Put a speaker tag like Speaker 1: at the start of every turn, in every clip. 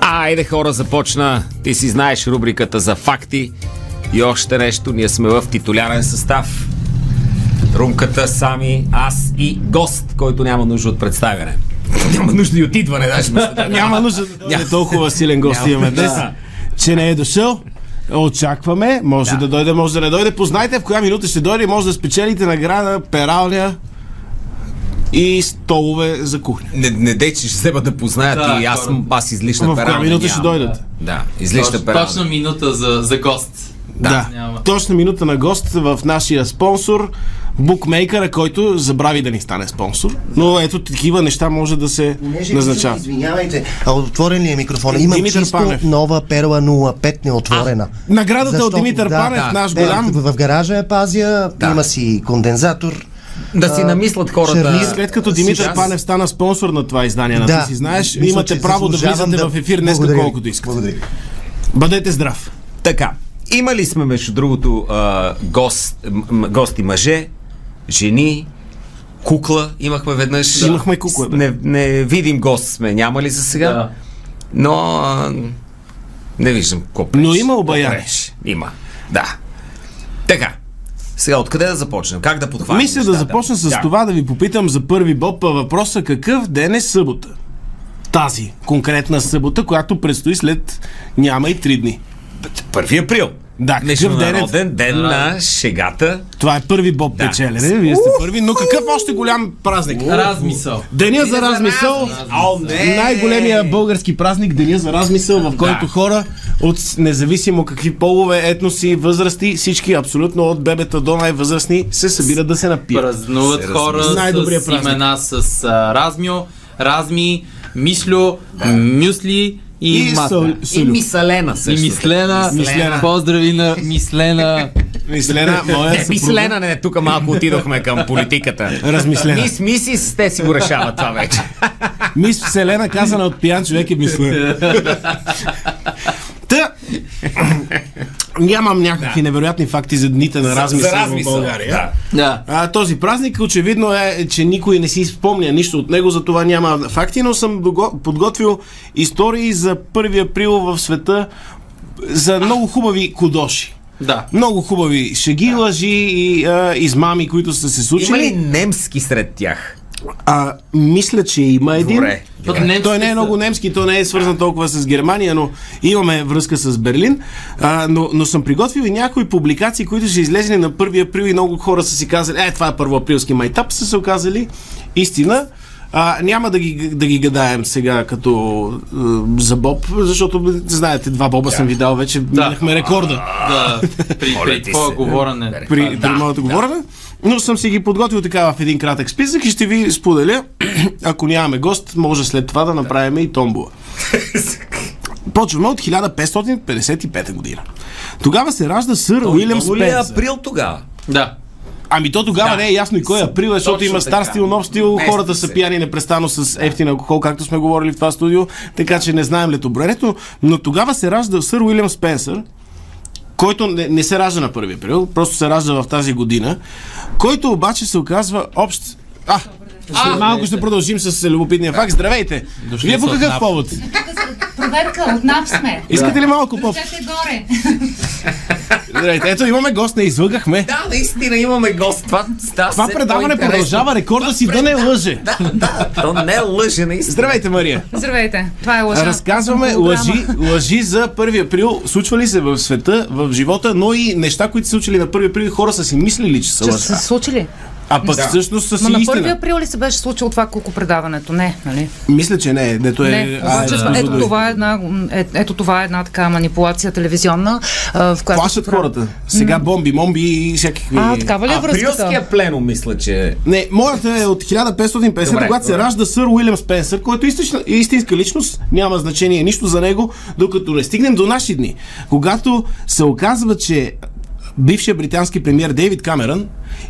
Speaker 1: Айде хора, започна. Ти си знаеш рубриката за факти. И още нещо, ние сме в титулярен състав. Румката, сами, аз и гост, който няма нужда от представяне. Няма нужда и от идване, даже. мисля, да.
Speaker 2: Няма нужда да дойде толкова силен гост
Speaker 1: Няма.
Speaker 2: имаме днес,
Speaker 1: Да.
Speaker 2: че не е дошъл. Очакваме, може
Speaker 1: Да.
Speaker 2: да. дойде, може да не дойде. Познайте в коя минута ще дойде и може да спечелите награда, пералня и столове за кухня.
Speaker 1: Не, не дей, че ще взема да познаят
Speaker 3: Да,
Speaker 1: и аз,
Speaker 3: хора.
Speaker 1: аз излишна
Speaker 2: В коя
Speaker 1: пералня
Speaker 2: минута ще
Speaker 1: нямам.
Speaker 2: дойдат?
Speaker 1: Да, излишна
Speaker 3: Точно-
Speaker 1: пералня.
Speaker 3: Точно минута за, за гост.
Speaker 2: Да.
Speaker 3: Няма.
Speaker 2: Точна минута на гост в нашия спонсор, букмейкъра, който забрави да ни стане спонсор. Но ето такива неща може да се
Speaker 4: Понеже
Speaker 2: назначава.
Speaker 4: излиза, Извинявайте. А отворен ли е микрофона? Имам
Speaker 2: Димитър
Speaker 4: чисто
Speaker 2: Панев.
Speaker 4: нова перла 05 неотворена.
Speaker 2: Наградата
Speaker 4: Защото-
Speaker 2: от Димитър
Speaker 4: да,
Speaker 2: Панев,
Speaker 1: да.
Speaker 2: наш
Speaker 4: Е,
Speaker 2: голям.
Speaker 4: в, в гаража я пазя,
Speaker 1: Да.
Speaker 4: има си кондензатор.
Speaker 1: Да си намислят
Speaker 4: черни
Speaker 1: хората.
Speaker 4: след
Speaker 2: След като Димитър
Speaker 1: Аз-
Speaker 2: Панев стана спонсор на това издание, на
Speaker 4: Да.
Speaker 2: ти си знаеш,
Speaker 4: Мисля,
Speaker 2: имате
Speaker 4: че
Speaker 2: право да
Speaker 4: заслужавам
Speaker 2: влизате
Speaker 4: да-
Speaker 2: в ефир днес
Speaker 4: Благодаря ви.
Speaker 2: колкото искате.
Speaker 4: Благодаря.
Speaker 2: Бъдете здрав!
Speaker 1: Така, имали сме между другото а, гост, м- м- гости мъже, жени, кукла имахме веднъж.
Speaker 2: Да. Имахме кукла, да.
Speaker 1: Не, не видим гост сме, няма ли за сега?
Speaker 3: Да.
Speaker 1: Но а, не виждам какво пречи.
Speaker 2: Но има обаяне.
Speaker 1: Какво пречи? Има, да. Така, сега откъде да започнем? Как да подхванем?
Speaker 2: Мисля да
Speaker 1: нещата?
Speaker 2: започна с
Speaker 1: Да.
Speaker 2: това да ви попитам за първи боб а въпроса какъв ден е събота? Тази конкретна събота, която предстои след няма и три дни.
Speaker 1: 1 април.
Speaker 2: Да, какъв
Speaker 1: Международен
Speaker 2: ден е?
Speaker 1: ден, ден на шегата.
Speaker 2: Това е първи боб
Speaker 1: Да.
Speaker 2: печелене, вие сте първи, но какъв още голям празник?
Speaker 3: Размисъл.
Speaker 2: Деня за размисъл,
Speaker 1: О, не!
Speaker 2: най-големия български празник, Деня за размисъл, в който
Speaker 1: Да.
Speaker 2: хора от независимо какви полове, етноси, възрасти, всички абсолютно от бебета до най-възрастни се събират да се напият.
Speaker 1: Се
Speaker 3: Празнуват
Speaker 1: размисля.
Speaker 3: хора
Speaker 2: Най-добрият
Speaker 3: с
Speaker 2: празник.
Speaker 3: имена с а, Размио, Разми, Мислю, Мюсли и,
Speaker 2: И
Speaker 3: Мата.
Speaker 2: сол-
Speaker 1: И
Speaker 2: солю.
Speaker 1: мислена също.
Speaker 3: И Мислена,
Speaker 2: Мислена.
Speaker 3: поздрави на Мислена.
Speaker 2: Мислена, моя
Speaker 1: Не,
Speaker 2: съпруга.
Speaker 1: мислена Е, не, тук малко отидохме към политиката.
Speaker 2: Размислена.
Speaker 1: Мис, мисис, те си го решават това вече.
Speaker 2: Мис Вселена, казана от пиян човек е мисла. Та, нямам някакви невероятни факти за дните на размисъл,
Speaker 1: За
Speaker 2: в България.
Speaker 1: Да.
Speaker 3: да.
Speaker 2: А, този празник очевидно е, че никой не си спомня нищо от него, затова няма факти, но съм дого- подготвил истории за 1 април в света за много хубави кудоши.
Speaker 3: Да.
Speaker 2: Много хубави шеги, лъжи и а, измами, които са се
Speaker 1: Има ли
Speaker 2: случили.
Speaker 1: немски сред тях?
Speaker 2: А, мисля, че има един.
Speaker 1: Добре.
Speaker 3: Пък
Speaker 1: добре.
Speaker 3: немски
Speaker 2: Той не е
Speaker 3: са.
Speaker 2: много немски, той не е свързан толкова с Германия, но имаме връзка с Берлин. А, но, но съм приготвил и някои публикации, които са излезли на 1 април и много хора са си казали, е, това е първоаприлски майтап, са се оказали истина. А, няма да ги, да ги гадаем сега като е, за Боб, защото знаете, два Боба съм ви дал вече, да. минахме рекорда
Speaker 3: Да. При,
Speaker 1: Моля
Speaker 3: при
Speaker 1: ти се.
Speaker 3: твое говорене.
Speaker 2: при,
Speaker 1: Да,
Speaker 2: при моето говорене. Но съм си ги подготвил така в един кратък списък и ще ви споделя. Ако нямаме гост, може след това да направим и томбула. Почваме от 1555 година. Тогава се ражда сър Уилям
Speaker 1: Много ли е
Speaker 2: Спенсър.
Speaker 1: април тогава?
Speaker 3: Да.
Speaker 2: Ами то тогава
Speaker 1: Да.
Speaker 2: не е ясно и кой е април, защото
Speaker 1: Точно
Speaker 2: има стар
Speaker 1: така. е.
Speaker 2: стил, нов стил,
Speaker 1: Мести
Speaker 2: хората са
Speaker 1: се.
Speaker 2: пияни непрестанно с ефтин алкохол, както сме говорили в това студио, така че не знаем летоброенето. Но тогава се ражда сър Уилям Спенсър, който не, не се ражда на 1 април, просто се ражда в тази година, който обаче се оказва общ... А, а, малко ще продължим с любопитния факт. Здравейте! Вие по
Speaker 3: са от
Speaker 2: какъв
Speaker 3: НАП.
Speaker 2: повод?
Speaker 5: Проверка, от НАП сме.
Speaker 2: Искате ли малко по...
Speaker 5: Чакай горе.
Speaker 2: Здравейте, ето имаме гост, не излъгахме.
Speaker 1: Да, наистина имаме гост. Това, става
Speaker 2: Това
Speaker 1: все
Speaker 2: предаване
Speaker 1: по-интересно.
Speaker 2: продължава рекорда си да не лъже.
Speaker 1: е Да, да, то не е лъже наистина.
Speaker 2: Здравейте, Мария!
Speaker 5: Здравейте, това е лъжа.
Speaker 2: Разказваме
Speaker 5: Програма.
Speaker 2: лъжи, лъжи за 1 април, случвали се в света, в живота, но и неща, които са случили на 1 април, и хора са си мислили, че са
Speaker 5: Че са
Speaker 2: лъжа.
Speaker 5: се случили.
Speaker 2: А пък всъщност са
Speaker 5: Ма
Speaker 2: си
Speaker 5: на 1
Speaker 2: истина.
Speaker 5: април ли се беше случило това колко предаването? Не, нали?
Speaker 2: Мисля, че не, дето е...
Speaker 5: не.
Speaker 2: а,
Speaker 5: Обаче,
Speaker 2: да.
Speaker 5: ето, това е една, е, ето това е една така манипулация телевизионна, а, в която...
Speaker 2: Плашат хората. Сега бомби, момби и всякакви...
Speaker 5: А, такава ли е връзката?
Speaker 1: Априлския плено, мисля, че е.
Speaker 2: Не, моята е от 1550,
Speaker 1: Добре,
Speaker 2: когато се
Speaker 1: добре.
Speaker 2: ражда сър Уилям Спенсър, който е истична, истинска личност, няма значение нищо за него, докато не стигнем до наши дни. Когато се оказва, че бившия британски премьер Дейвид Камерън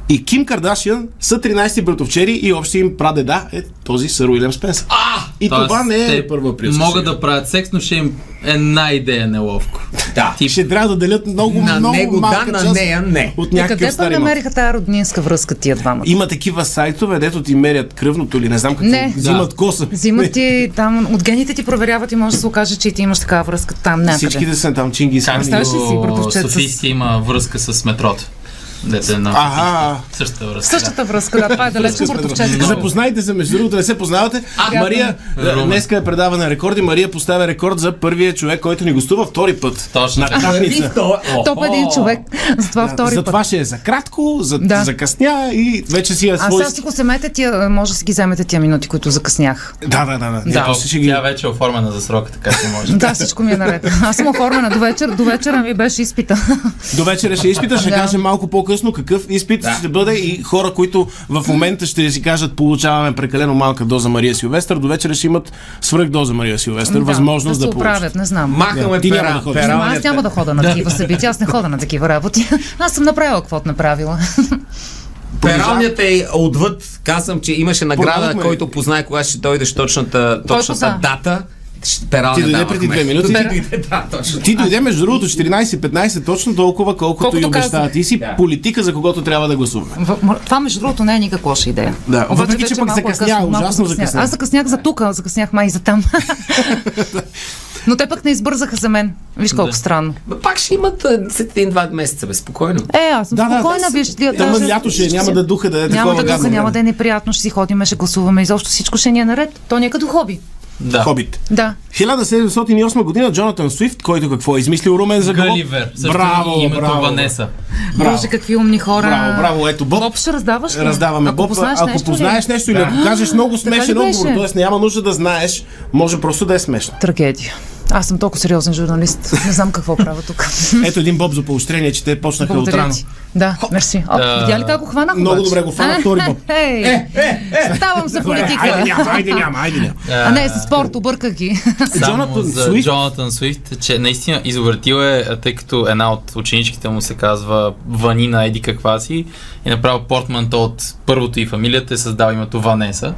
Speaker 2: и Ким Кардашиан са 13 братовчери и общия им прадеда е този сър Уилям Спенсър. А, и това
Speaker 3: Тоест,
Speaker 2: не е
Speaker 3: те
Speaker 2: първа априлска
Speaker 3: Могат
Speaker 2: шега.
Speaker 3: да правят секс, но ще им е една идея неловко.
Speaker 1: Да.
Speaker 3: Тип,
Speaker 2: Ще трябва да делят много,
Speaker 1: На
Speaker 2: много
Speaker 1: него да,
Speaker 2: малка
Speaker 1: на
Speaker 2: част
Speaker 1: нея не.
Speaker 2: от
Speaker 5: И
Speaker 2: някакъв
Speaker 5: къде пък
Speaker 2: стари мод.
Speaker 5: намериха тази роднинска връзка тия двамата?
Speaker 2: Има такива сайтове, дето ти мерят кръвното или не знам какво.
Speaker 5: Не.
Speaker 2: Взимат коса.
Speaker 5: Взимат ти там, от гените ти проверяват и може да се окаже, че и ти имаш такава връзка там някъде.
Speaker 2: Всички да са там чинги
Speaker 3: Както
Speaker 5: Представяш ли си, братовчет, с-
Speaker 3: Софийски има връзка с метрото. Дете на
Speaker 2: Аха.
Speaker 3: Софийски. същата връзка. да.
Speaker 5: Същата връзка, да, това е далечко братовчет.
Speaker 2: Запознайте се, между другото, не се познавате.
Speaker 5: А,
Speaker 2: Мария,
Speaker 3: да.
Speaker 2: да, днеска е предаване на рекорди. Мария поставя рекорд за първия човек, който ни гостува втори път.
Speaker 3: Точно
Speaker 2: На
Speaker 3: така.
Speaker 2: кафница.
Speaker 5: Топ един човек, затова втори
Speaker 2: За
Speaker 5: път.
Speaker 2: това ще е за кратко, за,
Speaker 5: Да.
Speaker 2: закъсня и вече си е
Speaker 5: А
Speaker 2: свой...
Speaker 5: сега си го семете тия, е, може да си ги вземете тия минути, които закъснях.
Speaker 2: Да, да, да. да. Ние
Speaker 3: Да,
Speaker 2: после ще ги...
Speaker 3: тя вече е оформена за срока, така че може.
Speaker 5: Да, всичко ми е наред. Аз съм оформена до вечер, до вечера ми беше изпита.
Speaker 2: До вечера ще изпита, ще
Speaker 5: Да.
Speaker 2: кажем малко по-късно какъв изпит ще бъде и хора, които в момента ще си кажат получаваме прекалено малка доза Мария Силвестър, до вечера ще имат свръх доза Мария Силвестър, възможност да,
Speaker 5: да, да се
Speaker 2: получат.
Speaker 5: оправят, не знам.
Speaker 1: Махаме
Speaker 2: Ти няма
Speaker 1: пера.
Speaker 2: да ходиш.
Speaker 1: пера
Speaker 5: Ама аз няма да хода на такива събития, аз не хода на такива работи. Аз съм направила каквото направила.
Speaker 1: Пералнята е отвъд. Казвам, че имаше награда,
Speaker 2: Продадохме.
Speaker 1: който познае кога ще дойдеш точната, точната
Speaker 5: позна?
Speaker 1: дата. Ще- Пералня
Speaker 2: Ти дойде
Speaker 1: давахме.
Speaker 2: преди две минути.
Speaker 1: Ти дойде, да, точно.
Speaker 2: Ти дойде между другото 14-15 точно толкова, колкото,
Speaker 5: Колкото
Speaker 2: и обещава.
Speaker 5: казах.
Speaker 2: Ти си
Speaker 1: Да.
Speaker 2: политика, за когото трябва да гласуваме.
Speaker 5: В- м- Това, между другото, не е никак лоша идея.
Speaker 2: Да, въпреки, че
Speaker 5: вече
Speaker 2: пък
Speaker 5: малко е
Speaker 2: закъсня,
Speaker 5: късно, малко
Speaker 2: ужасно закъсня.
Speaker 5: Аз закъснях за тук, закъснях май и за там. Но те пък не избързаха за мен. Виж колко странно.
Speaker 1: Ма Пак ще имат а, след един-два месеца, безпокойно.
Speaker 5: Е, аз съм
Speaker 2: Да, да,
Speaker 5: спокойна,
Speaker 2: да,
Speaker 5: виж.
Speaker 2: да,
Speaker 5: даже-
Speaker 2: тъмън лято ще е, няма
Speaker 5: си-
Speaker 2: да духа да е
Speaker 5: Няма
Speaker 2: такова
Speaker 5: да духа,
Speaker 2: гадно
Speaker 5: няма
Speaker 2: време.
Speaker 5: да е неприятно, ще си ходиме, ще гласуваме, изобщо всичко ще ни е наред. То ни е като хоби.
Speaker 3: Да.
Speaker 2: Хобит.
Speaker 5: Да. е.
Speaker 2: 1708 година Джонатан Суифт, който какво е измислил Румен за какво?
Speaker 3: Гъливер. Също
Speaker 2: Браво,
Speaker 3: и името
Speaker 2: браво.
Speaker 3: Ванеса.
Speaker 2: Браво.
Speaker 5: Боже, какви умни хора.
Speaker 2: Браво, браво, ето Боб.
Speaker 5: Боб ще раздаваш ли?
Speaker 2: Раздаваме
Speaker 5: ако
Speaker 2: Боб.
Speaker 5: Познаеш
Speaker 2: ако
Speaker 5: нещо, ли?
Speaker 2: познаеш нещо или ако кажеш много
Speaker 5: ли
Speaker 2: смешен отговор,
Speaker 5: беше?
Speaker 2: т.е. няма нужда да знаеш, може просто да е смешно.
Speaker 5: Трагедия. Аз съм толкова сериозен журналист. Не знам какво правя тук.
Speaker 2: Ето един Боб за поощрение, че те почнаха от
Speaker 5: Благодаря
Speaker 2: рано.
Speaker 5: ти. Да, мерси. О,
Speaker 3: Да.
Speaker 5: Видя ли как го хванах?
Speaker 2: е Много
Speaker 5: обаче?
Speaker 2: добре го хвана, втори боб.
Speaker 5: Е, е, е. Ставам за политика.
Speaker 2: Айде няма, айде няма, айде няма.
Speaker 5: А не, за спорт, обърках ги.
Speaker 2: Е,
Speaker 3: Само
Speaker 2: Джонатан
Speaker 3: за
Speaker 2: Суифт.
Speaker 3: Джонатан Суифт, че наистина извратил е, а, тъй като една от ученичките му се казва Ванина Еди каква си и направил портманто от първото и фамилията е създал името Ванеса,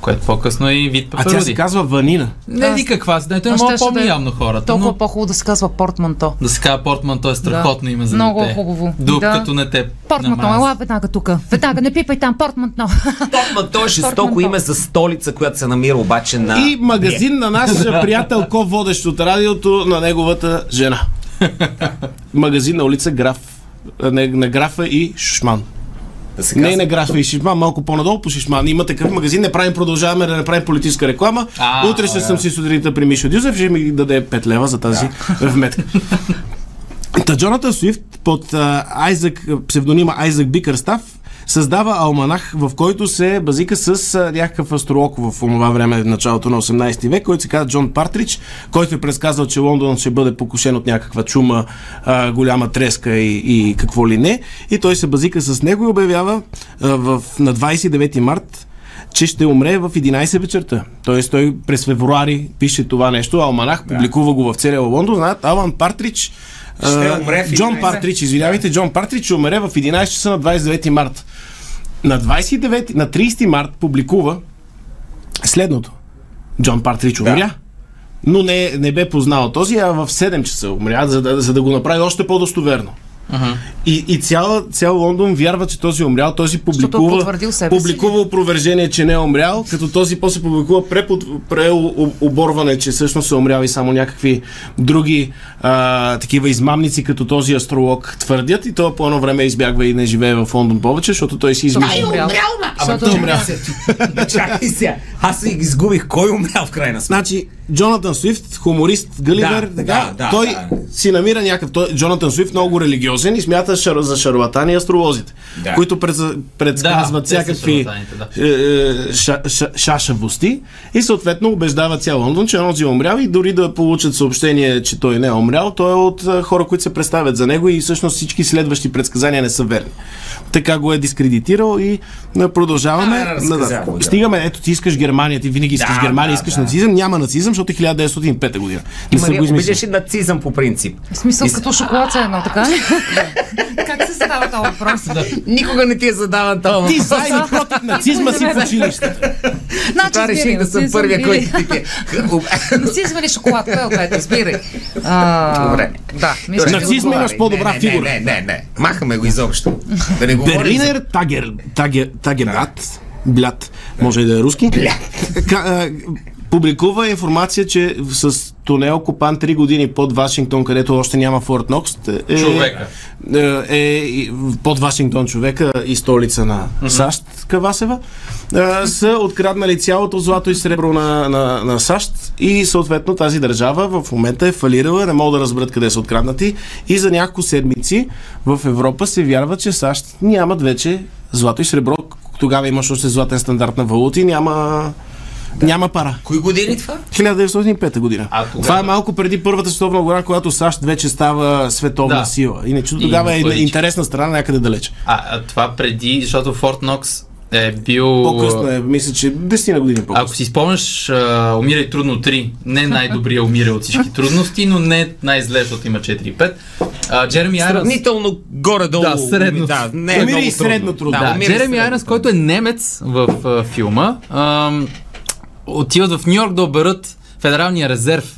Speaker 3: което по-късно е и вид
Speaker 2: А тя се
Speaker 3: папароди.
Speaker 2: казва Ванина.
Speaker 3: Не Еди каква си, да, той не
Speaker 5: Аз
Speaker 3: мога да
Speaker 5: щеше да
Speaker 3: помни
Speaker 5: е
Speaker 3: явно хората,
Speaker 5: Толкова
Speaker 3: но
Speaker 5: по-хубаво да се казва портманто.
Speaker 3: да се казва портманто е страхотно
Speaker 5: Да.
Speaker 3: име за
Speaker 5: Много
Speaker 3: дете.
Speaker 5: е хубаво.
Speaker 3: Дуб
Speaker 5: Да.
Speaker 3: като не те
Speaker 5: Портманто, е
Speaker 3: намази.
Speaker 5: ела веднага тук. Веднага, не пипай там, портманто.
Speaker 1: Топма, то е жестоко
Speaker 5: Топман,
Speaker 1: име за столица, която се намира обаче на...
Speaker 2: И магазин на наш приятел, ко водещ от радиото на неговата жена. Магазин на улица Граф. а, не- На графа и Шушман.
Speaker 1: Да се
Speaker 2: Не
Speaker 1: казва.
Speaker 2: на графа и Шишман, малко по-надолу по Шишман. Има такъв магазин, не правим, продължаваме да не правим политическа реклама.
Speaker 3: А,
Speaker 2: Утре ще съм си сутринта при Мишо Дюзев, ще ми даде 5 лева за тази вметка. Та Джонатан Суифт под а, Айзък, псевдонима Айзък Бикърстав създава алманах, в който се базика с а, някакъв астролог в това време, в началото на 18 век, който се казва Джон Партрич, който е предсказал, че Лондон ще бъде покушен от някаква чума, а, голяма треска и, и какво ли не. И той се базика с него и обявява а, в, на 29 март че ще умре в 11 вечерта. Тоест той през февруари пише това нещо, Алманах публикува го в целия Лондон, знаят, Алан Партрич
Speaker 1: Ще
Speaker 2: а,
Speaker 1: умре в
Speaker 2: Джон
Speaker 1: 11.
Speaker 2: Партрич, извинявайте, Джон Партрич ще умре в 11 часа на 29 март. На 29, на 30 март публикува следното. Джон Партрич умря. Но не, не бе познал този, а в 7 часа умря, за да, за да го направи още по-достоверно. И, и цял, цял Лондон вярва, че този е умрял. Този публикува,
Speaker 5: потвърдил себе си.
Speaker 2: публикува опровержение, че не е умрял, като този после публикува препод, преоборване, че всъщност е умрял и само някакви други а, такива измамници, като този астролог твърдят. И той по едно време избягва и не живее в Лондон повече, защото той си измисля.
Speaker 1: Ама
Speaker 5: Защото
Speaker 1: той
Speaker 5: е
Speaker 1: умря. Чакай сега. Аз си изгубих. Кой умря в крайна сметка?
Speaker 2: Значи, Джонатан Суифт, хуморист, Гъливер,
Speaker 1: Да,
Speaker 2: така,
Speaker 1: да, да,
Speaker 2: той
Speaker 1: да.
Speaker 2: си намира някакъв... Той, Джонатан Суифт много религиозен и смята шар, за шарлатани астролозите,
Speaker 1: Да.
Speaker 2: които пред, предсказват
Speaker 3: те са
Speaker 2: всякакви
Speaker 3: шарлатаните,
Speaker 2: е, е, ша, ша, шашавости и съответно убеждава цял Лондон, че онзи е умрял и дори да получат съобщение, че той не е умрял, той е от е, хора, които се представят за него и всъщност всички следващи предсказания не са верни. Така го е дискредитирал и е, продължаваме.
Speaker 1: А, разказа го, да.
Speaker 2: Стигаме, ето ти искаш Германия, ти винаги искаш
Speaker 1: Да,
Speaker 2: Германия,
Speaker 1: да,
Speaker 2: искаш
Speaker 1: да.
Speaker 2: нацизъм, няма нацизъм, защото е 1905 година. Не са
Speaker 1: Мария,
Speaker 2: го измислили.
Speaker 1: обичаш и нацизъм по принцип.
Speaker 5: В смисъл
Speaker 1: И с-
Speaker 5: като шоколад е едно, така ли? Как се става този въпрос?
Speaker 1: Никога не ти е задаван този
Speaker 2: Ти
Speaker 1: въпрос.
Speaker 2: заедно против нацизма си в училище.
Speaker 5: Значи,
Speaker 1: Това реших
Speaker 5: избирай,
Speaker 1: да
Speaker 5: не
Speaker 1: съм
Speaker 5: си
Speaker 1: първия,
Speaker 5: избирай.
Speaker 1: който ти е.
Speaker 5: Не си извали шоколадка, е ответ, разбирай. А,
Speaker 1: Добре.
Speaker 5: Да, мисля,
Speaker 1: Добре,
Speaker 5: че
Speaker 2: Нацизма
Speaker 5: отговаря.
Speaker 2: имаш по-добра
Speaker 1: Не, не,
Speaker 2: фигура.
Speaker 1: Не, не, не. Махаме го изобщо. Да не говорим за
Speaker 2: Берлинер Тагер, Тагер, Тагербат, блят, може и да е руски, Ка, а, публикува информация, че с тунел копан 3 години под Вашингтон, където още няма Форт Нокс, е,
Speaker 3: Човека.
Speaker 2: е, е, и под Вашингтон човека и столица на САЩ, Кавасева, е, са откраднали цялото злато и сребро на, на, на САЩ и съответно тази държава в момента е фалирала, не могат да разберат къде са откраднати и за няколко седмици в Европа се вярва, че САЩ нямат вече злато и сребро. Тогава имаше още златен стандарт на валути, няма, няма пара.
Speaker 1: Кои години това?
Speaker 2: 1905 година.
Speaker 3: А, тогава-
Speaker 2: Това е малко преди Първата световна война, когато САЩ вече става световна
Speaker 3: Да.
Speaker 2: сила. Иначе тогава е
Speaker 3: има парички.
Speaker 2: интересна страна някъде далеч.
Speaker 3: А, а това преди, защото Форт Нокс е бил...
Speaker 2: По-късно е, мисля, че 10 на години по-късно.
Speaker 3: Ако си спомняш, а, умирай трудно 3. Не най-добрия умира от всички трудности, но не най-зле, защото има 4 и 5. А, Джереми Айронс.
Speaker 1: Сравнително горе-долу.
Speaker 3: Да, средно.
Speaker 1: Да, не е
Speaker 2: Умира и
Speaker 1: много
Speaker 2: средно трудно.
Speaker 1: Да,
Speaker 3: Да,
Speaker 1: умира и
Speaker 3: Джереми
Speaker 1: средно.
Speaker 3: Айронс, който е немец в а, филма, ам, отиват в Нью Йорк да оберат Федералния резерв.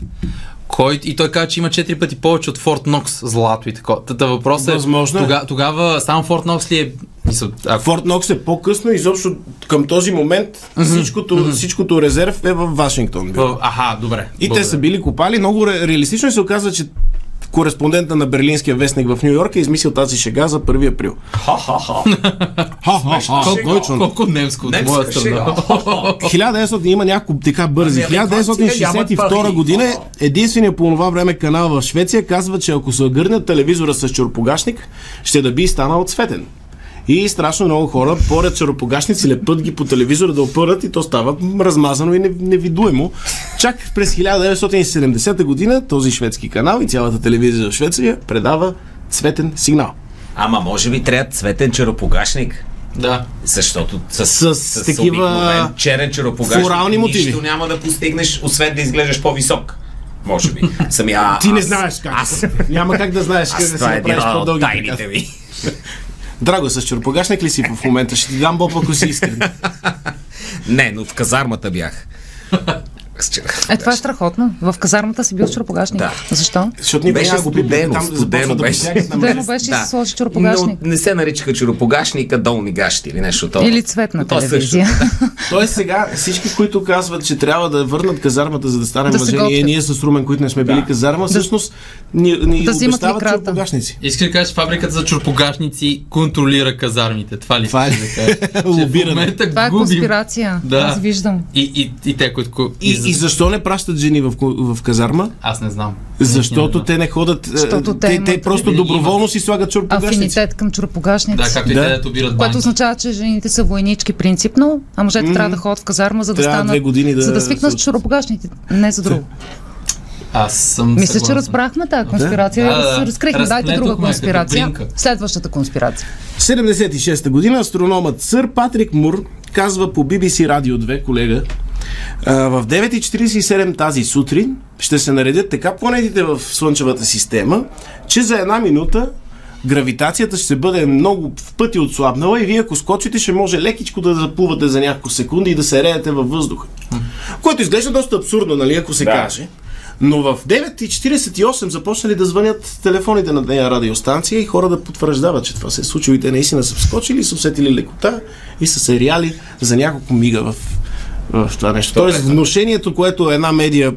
Speaker 3: Кой, и той каза, че има 4 пъти повече от Форт Нокс злато и така. Тата въпрос е,
Speaker 2: Възможно е.
Speaker 3: тога, тогава само Форт Нокс ли е... мисъл, Ако
Speaker 2: Форт Нокс е по-късно, изобщо към този момент всичкото, всичкото резерв е в Вашингтон. било.
Speaker 3: В- Аха, добре.
Speaker 2: И те
Speaker 3: благодаря.
Speaker 2: са били копали. Много ре- реалистично се оказва, че кореспондента на берлинския вестник в Нью Йорк е измислил тази шега за 1 април. Ха-ха-ха.
Speaker 3: Колко, колко немско от
Speaker 1: Немска
Speaker 3: моя страна.
Speaker 1: шега.
Speaker 2: 1900 има няколко така бързи.
Speaker 1: Ами, ами, нямат
Speaker 2: 1962
Speaker 1: пари.
Speaker 2: година единственият по това време канал в Швеция казва, че ако се огърне телевизора с черпогашник, ще да би станал цветен. И страшно много хора порят черпогашници, лепът ги по телевизора да опърят и то става размазано и нев- невидуемо. Чак през 1970 година този шведски канал и цялата телевизия в Швеция предава цветен сигнал.
Speaker 1: Ама може би трябва цветен черопогашник.
Speaker 3: Да.
Speaker 1: Защото с,
Speaker 2: С такива
Speaker 1: обикновен черен черопогашник
Speaker 2: флорални
Speaker 1: нищо
Speaker 2: мотиви.
Speaker 1: няма да постигнеш, освен да изглеждаш по-висок. Може би. Самия
Speaker 2: Ти не
Speaker 1: аз-
Speaker 2: знаеш как.
Speaker 1: Аз,
Speaker 2: Няма как да знаеш как
Speaker 1: аз
Speaker 2: да си
Speaker 1: това е
Speaker 2: направиш
Speaker 1: една от
Speaker 2: по-дълги
Speaker 1: тайните
Speaker 2: ръкави.
Speaker 1: ми.
Speaker 2: Драго, с черпогашник ли си в момента? Ще ти дам боб, ако си искрен.
Speaker 1: Не, но в казармата бях. С чер-
Speaker 5: Е, това е страхотно. В казармата си бил с черпогашник.
Speaker 1: Да.
Speaker 5: Защо?
Speaker 2: Защото ние
Speaker 1: Беше
Speaker 2: веднага го пипаме,
Speaker 1: студено,
Speaker 2: там
Speaker 1: студено
Speaker 2: започва да
Speaker 1: беше.
Speaker 2: посягат на
Speaker 5: Да,
Speaker 2: мрежа.
Speaker 5: му беше и се сложи черпогашник.
Speaker 1: Но не се наричаха черопогашник, а долни гащи или нещо такова.
Speaker 5: Или цветна
Speaker 1: То също.
Speaker 5: телевизия.
Speaker 2: Тоест сега всички, които казват, че трябва да върнат казармата, за да станем
Speaker 5: Да се
Speaker 2: мъже, ние,
Speaker 5: готвят.
Speaker 2: ние с Румен, които не сме били казарма, всъщност ни, ни
Speaker 5: Да взимат
Speaker 2: обещават
Speaker 5: микрата.
Speaker 2: черпогашници.
Speaker 3: Искаш да кажа, че фабриката за чурпогашници контролира казармите. Това ли
Speaker 2: Това е
Speaker 3: искаш да кажеш? Че В
Speaker 2: лобиране.
Speaker 3: момента
Speaker 5: Това е
Speaker 3: губим.
Speaker 5: конспирация.
Speaker 3: Да.
Speaker 5: Аз виждам.
Speaker 3: И, и, и те, които... ко-
Speaker 2: И, и защо не пращат жени в, ко- в казарма?
Speaker 3: Аз не знам.
Speaker 2: Защото те не ходят. е,
Speaker 5: Защото те
Speaker 2: те,
Speaker 5: имат-
Speaker 2: те просто доброволно си слагат чурпогашници.
Speaker 5: Афинитет към черпогашници.
Speaker 3: Да, е както и
Speaker 2: Да.
Speaker 3: те, дето бират
Speaker 5: Което
Speaker 3: банки.
Speaker 5: означава, че жените са войнички принципно, а мъжете трябва да ходят в казарма, за да
Speaker 2: Трябва две
Speaker 5: станат.
Speaker 2: години да
Speaker 5: за да
Speaker 2: се
Speaker 5: свикнат
Speaker 2: учат.
Speaker 5: с черпогашните. Не за друго.
Speaker 3: Аз съм
Speaker 5: Мисля, че
Speaker 3: съгласен.
Speaker 5: разбрахме тази конспирация.
Speaker 3: Да, да, да.
Speaker 5: Раз- Разкрихме. Дайте друга
Speaker 3: Разплетохме като
Speaker 5: конспирация.
Speaker 3: бринка.
Speaker 5: Следващата конспирация.
Speaker 2: 76-та година астрономът Сър Патрик Мур казва по BBC Радио 2, колега, а, в 9.47 тази сутрин ще се наредят така планетите в Слънчевата система, че за една минута гравитацията ще бъде много в пъти отслабнала и вие ако скочите ще може лекичко да заплувате за няколко секунди и да се реете във въздуха. Което изглежда доста абсурдно, нали, ако се каже. Но в 9.48 започнали да звънят телефоните на нея радиостанция и хора да потвърждават, че това се е случило и те наистина са вскочили, са усетили лекота и са се реали за няколко мига в, в това нещо. Тоест вношението, което една медия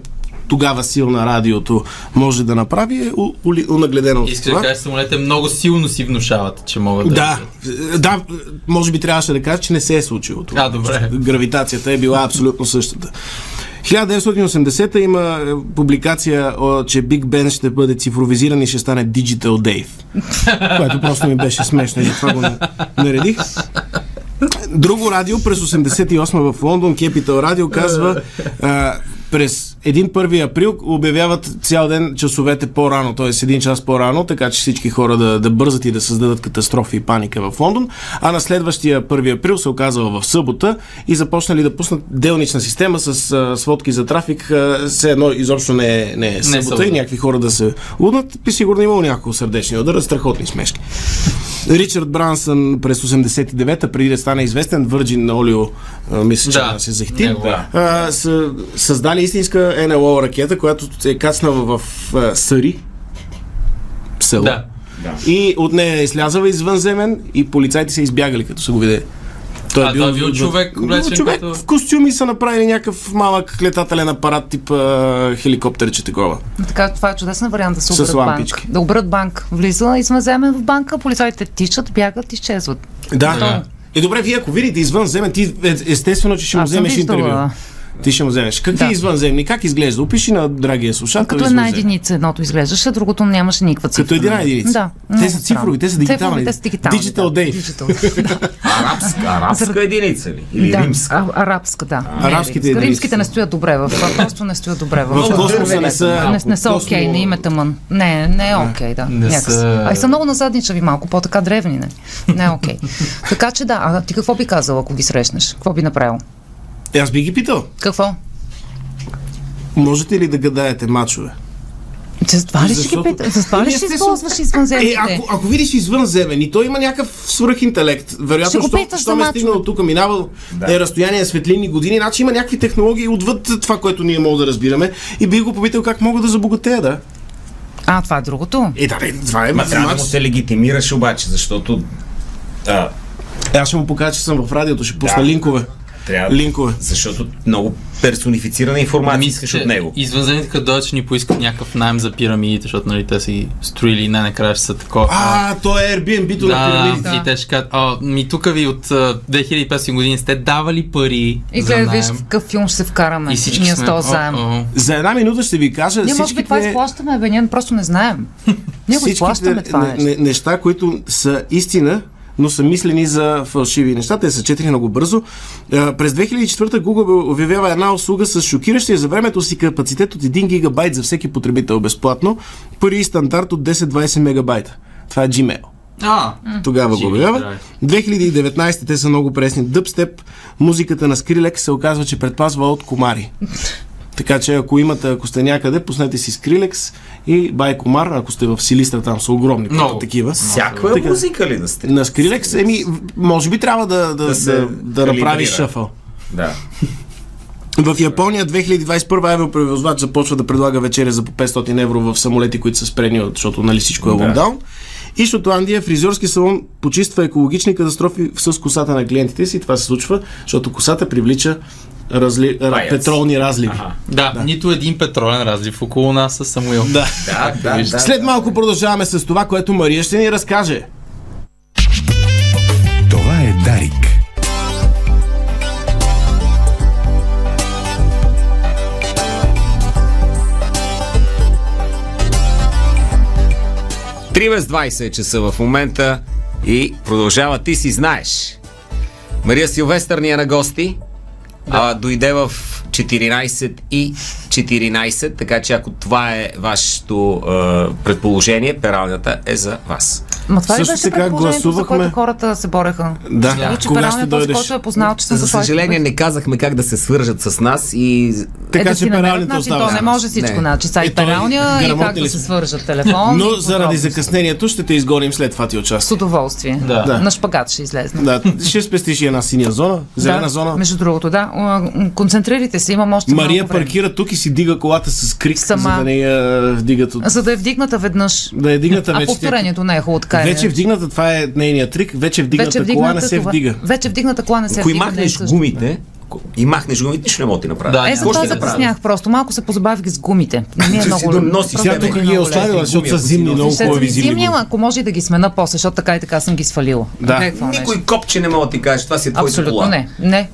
Speaker 2: тогава силна радиото може да направи е у- ули- унагледено от
Speaker 3: Искаш да
Speaker 2: това.
Speaker 3: кажеш, самолетите много силно си внушават, че могат да...
Speaker 2: Да, е, да, може би трябваше да кажа, че не се е случило това.
Speaker 3: А, добре.
Speaker 2: Гравитацията е била абсолютно същата. 1980 има е, публикация, о, че Биг Бен ще бъде цифровизиран и ще стане Digital Dave. Което просто ми беше смешно и затова го на- наредих. Друго радио през 88 в Лондон, Capital Radio, казва а, през един 1 април обявяват цял ден часовете по-рано, т.е. един час по-рано, така че всички хора да, да бързат и да създадат катастрофи и паника в Лондон. А на следващия 1 април се оказва в събота и започнали да пуснат делнична система с а, сводки за трафик. А, все едно изобщо не е, не е събота,
Speaker 3: събота.
Speaker 2: и някакви хора да се луднат. И сигурно имало няколко сърдечни удара, страхотни смешки. Ричард Брансън през 89-та, преди да стане известен, Virgin Olio, а, мисля, че
Speaker 3: Да,
Speaker 2: се захти,
Speaker 3: него, да.
Speaker 2: а, са създали истинска НЛО ракета, която е кацнала в а, Сари, село.
Speaker 3: Да.
Speaker 2: И от нея е излязала извънземен и полицайите са избягали, като са го видели. Той
Speaker 3: А, той е бил
Speaker 2: в- в-
Speaker 3: човек,
Speaker 2: бил
Speaker 3: облечен
Speaker 2: човек
Speaker 3: като-
Speaker 2: в костюми са направили някакъв малък летателен апарат, тип а, хеликоптерче такова.
Speaker 5: Така, това е чудесен вариант да се
Speaker 2: С
Speaker 5: обрат банк.
Speaker 2: лампички.
Speaker 5: Да обрат банк. Влиза извънземен в банка, полицайите тичат, бягат, изчезват.
Speaker 2: Да.
Speaker 3: Да.
Speaker 2: Е, добре, вие ако видите извънземен, ти е- естествено, че ще му
Speaker 5: Аз съм
Speaker 2: вземеш интервю.
Speaker 5: виждала.
Speaker 2: Ти ще му вземеш. Какви
Speaker 5: Да. е
Speaker 2: извънземни? Как изглежда? Опиши на драгия слушател.
Speaker 5: Като една
Speaker 2: извънземен.
Speaker 5: единица едното изглеждаше, другото нямаше никаква цифра.
Speaker 2: Като една единица.
Speaker 5: Да.
Speaker 2: Те
Speaker 5: много
Speaker 2: са
Speaker 5: странно.
Speaker 2: цифрови, те са дигитални.
Speaker 5: Цифровите са дигитални.
Speaker 2: Digital
Speaker 5: да.
Speaker 2: day.
Speaker 5: Digital.
Speaker 1: Арабска, арабска единица ли? Или
Speaker 5: да.
Speaker 1: римска?
Speaker 5: А, арабска, да. Не,
Speaker 2: Арабските
Speaker 5: римска.
Speaker 2: единици.
Speaker 5: Римските не стоят добре в... Просто не стоят добре в...
Speaker 2: В космоса не са-
Speaker 5: Не, не са
Speaker 2: космо-
Speaker 5: окей, не имате мън. Не, не е окей, да.
Speaker 3: Не
Speaker 5: някак си.
Speaker 3: са-
Speaker 5: А и са много назадничави малко, по-така древни, не. Не е окей. така че да, а ти какво би казал, ако ги срещнеш? Какво би направил?
Speaker 2: Е, Аз би ги питал.
Speaker 5: Какво?
Speaker 2: Можете ли да гадаете мачове?
Speaker 5: Че за това ли ще ги
Speaker 2: Защото-
Speaker 5: питаш? За това
Speaker 2: Ами,
Speaker 5: ли ще
Speaker 2: естествено-
Speaker 5: използваш извънземните?
Speaker 2: Е, ако, ако видиш извънземен и той има някакъв свръхинтелект,
Speaker 5: Ще
Speaker 2: вероятно,
Speaker 5: го
Speaker 2: що,
Speaker 5: питаш
Speaker 2: що
Speaker 5: за
Speaker 2: ме е
Speaker 5: мачове.
Speaker 2: стигнал тук, минавал да. е разстояние светлини години, значи има някакви технологии отвъд това, което ние можем да разбираме и би го попитал как мога да забогатея, да?
Speaker 5: А, това е другото.
Speaker 2: Е, да, бе, това е
Speaker 1: Ма трябва да
Speaker 2: математика.
Speaker 1: му се легитимираш обаче, защото а,
Speaker 2: Е, аз ще му покажа, че съм в радиото, ще пусна
Speaker 1: Да.
Speaker 2: линкове.
Speaker 1: трябва...
Speaker 2: Линкове.
Speaker 1: Защото много персонифицирана информация
Speaker 3: Мисля,
Speaker 1: искаш от
Speaker 3: Ами, че
Speaker 1: него.
Speaker 3: Извънземните като дойдат, ще ни поискат някакъв найем за пирамидите, защото нали, те си строили и най-накрая ще са такова.
Speaker 2: А, то е Airbnb-то на
Speaker 3: да,
Speaker 2: пирамидите.
Speaker 5: пирамидите.
Speaker 3: и те ще кажат, а, ми тук ви от а, 2500 години сте давали пари
Speaker 5: И
Speaker 3: за
Speaker 5: гледай, виж
Speaker 3: найем.
Speaker 5: в какъв филм ще се вкараме.
Speaker 3: И всички
Speaker 5: ние
Speaker 3: сме,
Speaker 5: с този
Speaker 3: о,
Speaker 5: заем.
Speaker 3: о.
Speaker 2: За една минута ще ви кажа
Speaker 5: Ние може би това
Speaker 2: всичките...
Speaker 5: изплащаме, бе, ние просто не знаем. Ние го изплащаме това
Speaker 2: не,
Speaker 5: нещо.
Speaker 2: не, неща, които са истина, но са мислени за фалшиви неща. Те са четени много бързо. А, през 2004 Google обявява една услуга с шокиращия за времето си капацитет от 1 гигабайт за всеки потребител безплатно. Първи стандарт от 10-20 мегабайта. Това е Gmail.
Speaker 3: А,
Speaker 2: Тогава го
Speaker 3: Живи и
Speaker 2: обявява.
Speaker 3: здрави.
Speaker 2: 2019 те са много пресни. Дъпстеп, музиката на Скрилек се оказва, че предпазва от комари. Така че ако имате, ако сте някъде, пуснете си Скрилекс и Бай Комар, ако сте в Силистра, там са огромни
Speaker 3: Много.
Speaker 2: много такива.
Speaker 1: Всякаква
Speaker 2: Така.
Speaker 1: музика ли да сте?
Speaker 2: На Скрилекс, еми, може би трябва да, да,
Speaker 1: Да
Speaker 2: да,
Speaker 1: се
Speaker 2: да, да направиш
Speaker 1: калибрира.
Speaker 2: шъфъл.
Speaker 1: Да.
Speaker 2: В Япония 2021 авиопревозвач започва да предлага вечеря за по 500 евро в самолети, които са спрени, защото нали всичко е
Speaker 1: Да.
Speaker 2: локдаун. И Шотландия, фризьорски салон, почиства екологични катастрофи с косата на клиентите си. Това се случва, защото косата привлича разли...
Speaker 1: Паяци.
Speaker 2: петролни разливи.
Speaker 1: Аха.
Speaker 3: да, нито един петролен разлив около нас с Самуил.
Speaker 2: Да.
Speaker 1: Да, да, да.
Speaker 2: След малко продължаваме с това, което Мария ще ни разкаже.
Speaker 6: Това е Дарик.
Speaker 1: Три без 20 е часа в момента и продължава Ти си знаеш. Мария Силвестър ни е на гости. А, дойде в 14 и 14, така че ако това е вашето е, предположение, пералнята е за вас.
Speaker 5: Ма това ли
Speaker 2: Също
Speaker 5: беше
Speaker 2: така
Speaker 5: предположението, за
Speaker 2: гласувахме-
Speaker 5: което хората се бореха?
Speaker 2: Да,
Speaker 5: Че че
Speaker 2: кога ще
Speaker 5: пералният този,
Speaker 2: дойдеш?
Speaker 5: който е познал, че съм
Speaker 1: За съжаление не казахме как да се свържат с нас и
Speaker 2: Така че пералнята
Speaker 5: значи,
Speaker 2: остава.
Speaker 5: То не може всичко,
Speaker 1: Не.
Speaker 5: значи. Сега
Speaker 2: Е,
Speaker 5: и
Speaker 2: той
Speaker 5: пералния, и как
Speaker 2: грамотни ли
Speaker 5: да се
Speaker 2: сме?
Speaker 5: свържат телефон.
Speaker 2: Но
Speaker 5: и
Speaker 2: заради
Speaker 5: подобно.
Speaker 2: закъснението ще те изгоним след това ти
Speaker 5: С
Speaker 2: участие.
Speaker 5: удоволствие.
Speaker 3: Да.
Speaker 2: Да.
Speaker 5: На шпагат ще излезне.
Speaker 2: Да, ще спестиш и една синя зона, зелена
Speaker 5: да,
Speaker 2: зона.
Speaker 5: Между другото, да. М, Концентрирайте се, имам още
Speaker 2: Мария
Speaker 5: малко време.
Speaker 2: паркира тук и си дига колата с крик,
Speaker 5: Сама.
Speaker 2: за да не я вдигат от...
Speaker 5: За да е вдигната веднъж.
Speaker 2: Да я дигната
Speaker 5: А
Speaker 2: вече. тя-
Speaker 5: повторението не е хубаво така. е.
Speaker 2: Вече вдигната, това е нейният трик, вече вдигната кола не се
Speaker 5: това-
Speaker 2: вдига.
Speaker 5: Вече вдигната кола не се
Speaker 1: ако и
Speaker 5: вдига. не е
Speaker 1: махнеш
Speaker 5: също.
Speaker 1: гумите, ако и махнеш гумите, нищо не мога да ти направи.
Speaker 3: Да,
Speaker 5: Е,
Speaker 3: Какво
Speaker 5: за
Speaker 1: ще
Speaker 5: това
Speaker 1: да правя?
Speaker 5: закъснях просто. Малко се позабавих с гумите. Не ми е
Speaker 1: Ще си
Speaker 5: много...
Speaker 1: доносиш
Speaker 5: просто
Speaker 2: Сега
Speaker 5: не ми
Speaker 1: време.
Speaker 2: тук ги
Speaker 5: е
Speaker 2: е
Speaker 5: много лесно.
Speaker 2: оставила,
Speaker 1: лесни
Speaker 2: защото
Speaker 1: гуми,
Speaker 2: са
Speaker 1: ако си
Speaker 2: зимни,
Speaker 1: носиш.
Speaker 2: много
Speaker 5: Ще съм
Speaker 2: хубави
Speaker 5: ги
Speaker 2: зимни.
Speaker 5: зимнила,
Speaker 2: гуми.
Speaker 5: ако може да ги смена после, защото така и така съм ги свалила.
Speaker 2: Да.
Speaker 5: Не е какво нещо.
Speaker 1: Никой копче не мога да ти каже, това си е твоето
Speaker 5: Абсолютно
Speaker 1: кола.
Speaker 5: не. Не.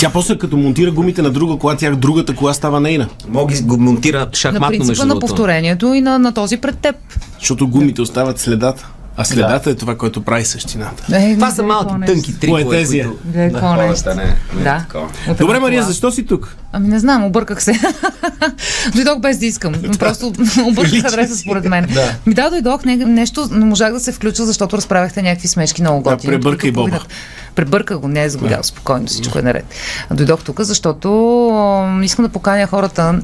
Speaker 2: Тя после като монтира гумите на друга кола, тя другата кола става нейна.
Speaker 1: Мога да го монтира
Speaker 5: На
Speaker 1: шахматно между
Speaker 5: принципа на
Speaker 1: другото.
Speaker 5: повторението и на, на този пред теб.
Speaker 2: Защото гумите остават следата. А следата е това, което прави същината.
Speaker 5: Е,
Speaker 1: Това са малки тънки трикове,
Speaker 2: Поетезия.
Speaker 1: които
Speaker 5: Да,
Speaker 1: на
Speaker 5: какво
Speaker 1: хората
Speaker 5: нещо.
Speaker 1: не, не
Speaker 5: Да.
Speaker 1: е такова.
Speaker 5: От
Speaker 2: Добре,
Speaker 5: една
Speaker 2: Мария,
Speaker 5: кола.
Speaker 2: защо си тук?
Speaker 5: Ами не знам, обърках се. Дойдох без да искам. Просто обърках адреса според мен.
Speaker 3: Да.
Speaker 5: Ми да, дойдох, не, нещо не можах да се включа, защото разправяхте някакви смешки много
Speaker 2: Да,
Speaker 5: готини.
Speaker 2: пребърка
Speaker 5: които
Speaker 2: и Боба.
Speaker 5: повдигнат. Пребърка го, не е загорял, спокойно, всичко е наред. Дойдох тук, защото м, искам да поканя хората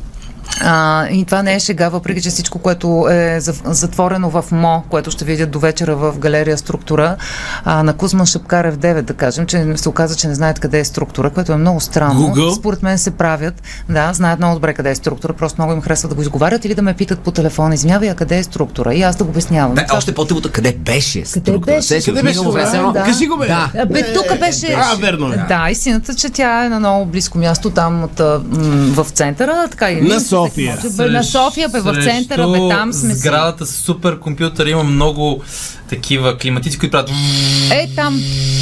Speaker 5: а, и това не е шега, въпреки че всичко, което е за- затворено в МО, което ще видят до вечера в галерия Структура, а, на Кузман Шапкарев 9, да кажем, че се оказа, че не знаят къде е структура, което е много странно.
Speaker 2: Google?
Speaker 5: Според мен се правят, да, знаят много добре къде е структура, просто много им харесва да го изговарят или да ме питат по телефона, извинявай, а къде е структура? И аз да го обяснявам.
Speaker 1: Да, е
Speaker 5: Това
Speaker 1: още по-тъпото, къде беше структура?
Speaker 5: беше?
Speaker 1: Сещаш ли?
Speaker 2: Къде беше
Speaker 1: Минало време,
Speaker 2: това?
Speaker 1: все едно-
Speaker 5: Да.
Speaker 2: Кажи го, бе!
Speaker 1: Да.
Speaker 5: А, Бе, тук беше.
Speaker 2: А, верно е.
Speaker 5: Да, истината, че тя е на много близко място там от, а, м, в центъра. Така и
Speaker 2: На София.
Speaker 5: Бе, на София, бе, в
Speaker 3: Срещу
Speaker 5: центъра, бе, там сме си.
Speaker 3: Сградата с суперкомпютър има много такива климатици, които правят.
Speaker 5: Е, там,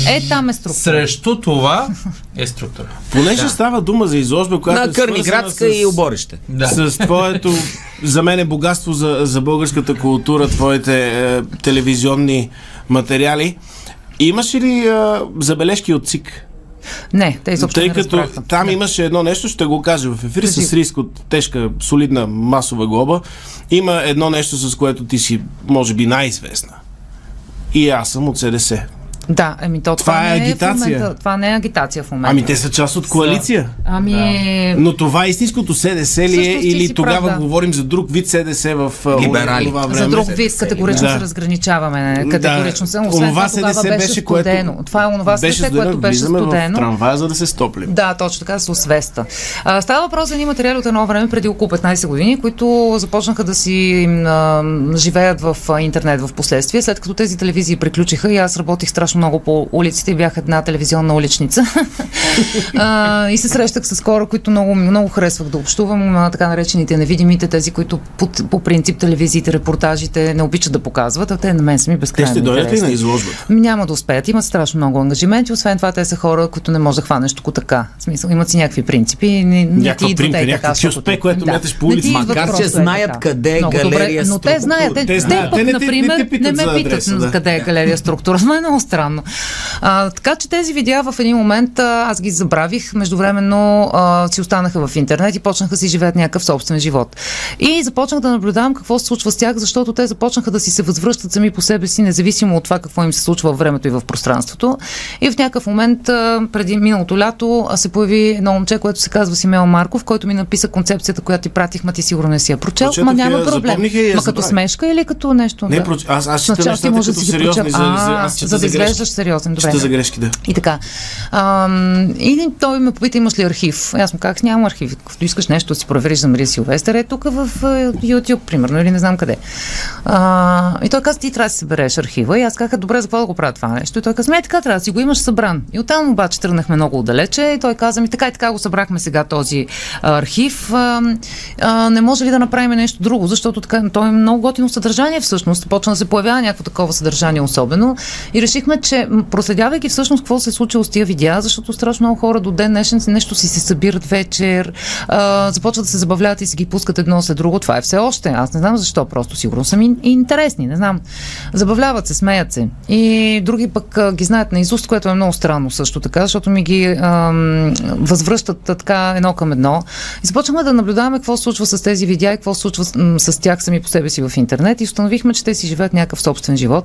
Speaker 5: е, там е структура.
Speaker 3: Срещу това е структура.
Speaker 2: Понеже става дума за изложба, която
Speaker 1: На
Speaker 2: е свързана
Speaker 1: Кърниградска
Speaker 2: с...
Speaker 1: и оборище.
Speaker 3: Да.
Speaker 2: С твоето, за мен е богатство за, за българската култура, твоите е, телевизионни материали. Имаше ли е, забележки от ЦИК?
Speaker 5: Не, те изобщо
Speaker 2: Тъй
Speaker 5: не
Speaker 2: като
Speaker 5: разбраха.
Speaker 2: там имаше едно нещо, ще го кажа в ефир,
Speaker 5: Кажи
Speaker 2: с
Speaker 5: го.
Speaker 2: риск от тежка, солидна масова глоба. Има едно нещо, с което ти си, може би, най-известна. И аз съм от СДС.
Speaker 5: Да, еми то това,
Speaker 2: Това е
Speaker 5: не в
Speaker 2: агитация.
Speaker 5: момента, това не е агитация в момента.
Speaker 2: Ами те са част от коалиция.
Speaker 5: Ами е...
Speaker 2: Но това е истинското СДС ли е
Speaker 5: Всъщност ти
Speaker 2: или
Speaker 5: си
Speaker 2: тогава
Speaker 5: прав, да.
Speaker 2: говорим за друг вид СДС в а,
Speaker 1: Либерали.
Speaker 2: това
Speaker 1: За
Speaker 2: време?
Speaker 5: За друг
Speaker 1: се
Speaker 5: вид
Speaker 1: разсели.
Speaker 5: категорично
Speaker 2: Да.
Speaker 5: се разграничаваме. Категорично се. Освен това,
Speaker 2: Онова
Speaker 5: тогава
Speaker 2: СДС
Speaker 5: беше студено. Това е онова
Speaker 2: беше
Speaker 5: СДС,
Speaker 2: студено,
Speaker 5: което беше
Speaker 2: влизаме
Speaker 5: студено.
Speaker 2: в трамвая, за да се стоплим.
Speaker 5: Да, точно така, с освеста. А, става въпрос за едни материали от едно време, преди около 15 години, които започнаха да си а, живеят в а, интернет в последствие, след като тези телевизии приключиха и аз работих страшно много по улиците и бях една телевизионна уличница. а, и се срещах с хора, които много, много харесвах да общувам, а, така наречените невидимите, тези, които по, по принцип телевизиите, репортажите не обичат да показват, а те на мен са ми
Speaker 2: Те
Speaker 5: безкрайно
Speaker 2: ще дойдат ли
Speaker 5: интересни.
Speaker 2: на изложбата?
Speaker 5: Ми Няма да успеят. Имат страшно много ангажименти. Освен това, те са хора, които не може да хванеш тук така. В смисъл, имат си някакви принципи. и Не, не
Speaker 2: Някаква
Speaker 5: ти идва
Speaker 2: примка,
Speaker 5: те
Speaker 2: някакъв
Speaker 5: така,
Speaker 2: чувстве,
Speaker 5: защото-
Speaker 2: което мяташ по
Speaker 5: Не ти
Speaker 2: улица.
Speaker 5: идва
Speaker 1: Макар, че
Speaker 5: просто е
Speaker 1: знаят
Speaker 5: така.
Speaker 1: къде е
Speaker 5: Много
Speaker 1: галерия
Speaker 5: добре, но те
Speaker 1: структура.
Speaker 5: знаят. Те,
Speaker 2: Те
Speaker 5: те,
Speaker 2: знаят.
Speaker 5: пък,
Speaker 2: Те не те- не те
Speaker 5: например,
Speaker 2: питат
Speaker 5: не
Speaker 2: за
Speaker 5: ме питат
Speaker 2: адреса, да.
Speaker 5: къде е галерия структура. Това е много странно. А, така че тези видеа в един момент а, аз ги забравих. Междувременно а, си останаха в интернет и почнаха да си живеят някакъв собствен живот. И започнах да наблюдавам какво се случва с тях, защото те започнаха да си се възвръщат сами по себе си, независимо от това какво им се случва във времето и в пространството. И в някакъв момент, а, преди миналото лято, а, се появи едно момче, което се казва Симео Марков, който ми написа концепцията, която ти пратихме, ти сигурно не си я прочел.
Speaker 2: Прочетох
Speaker 5: Ма
Speaker 2: я,
Speaker 5: няма проблем.
Speaker 2: запомних я и я
Speaker 5: Ма като
Speaker 2: забравих.
Speaker 5: смешка или като нещо?
Speaker 2: Не,
Speaker 5: да.
Speaker 2: проч- аз, аз чета
Speaker 5: Значи,
Speaker 2: нещата
Speaker 5: ти можеш
Speaker 2: като
Speaker 5: да си ги
Speaker 2: сериозни.
Speaker 5: прочел.
Speaker 2: За, за,
Speaker 5: А,
Speaker 2: аз чета
Speaker 5: за да
Speaker 2: за грешки.
Speaker 5: изглеждаш сериозен. Добре.
Speaker 2: Чета за
Speaker 5: да.
Speaker 2: грешки, да.
Speaker 5: И така. Ам, и той ме попита, имаш ли архив? Аз му казах, нямам архив. Като искаш нещо да си провериш за Мария Силвестър, е тук в е, YouTube, примерно, или не знам къде. А, и той каза, ти трябва да си събереш архива. И аз казах, добре, за какво да го правя това нещо? И той каза, ми е така, трябва да си го имаш събран. И оттам обаче тръгнахме много отдалече. И той каза, ми така и така го събрахме сега този а, архив. А, а, не може ли да направим нещо друго? Защото така, той е много готино съдържание всъщност. Почна да се появява някакво такова съдържание особено. И решихме, че м, проследявайки всъщност какво се е случило с тия видеа, защото страшно много хора до ден днешен си- нещо си се събират вечер, а, започват да се забавляват и си ги пускат едно след друго. Това е все още. Аз не знам защо, просто сигурно са ми интересни, не знам. Забавляват се, смеят се. И други пък а, ги знаят наизуст, което е много странно също така, защото ми ги ам, възвръщат а, така едно към едно. И започнахме да наблюдаваме какво се случва с тези видеа и какво се случва с, м, с тях сами по себе си в интернет. И установихме, че те си живеят някакъв собствен живот.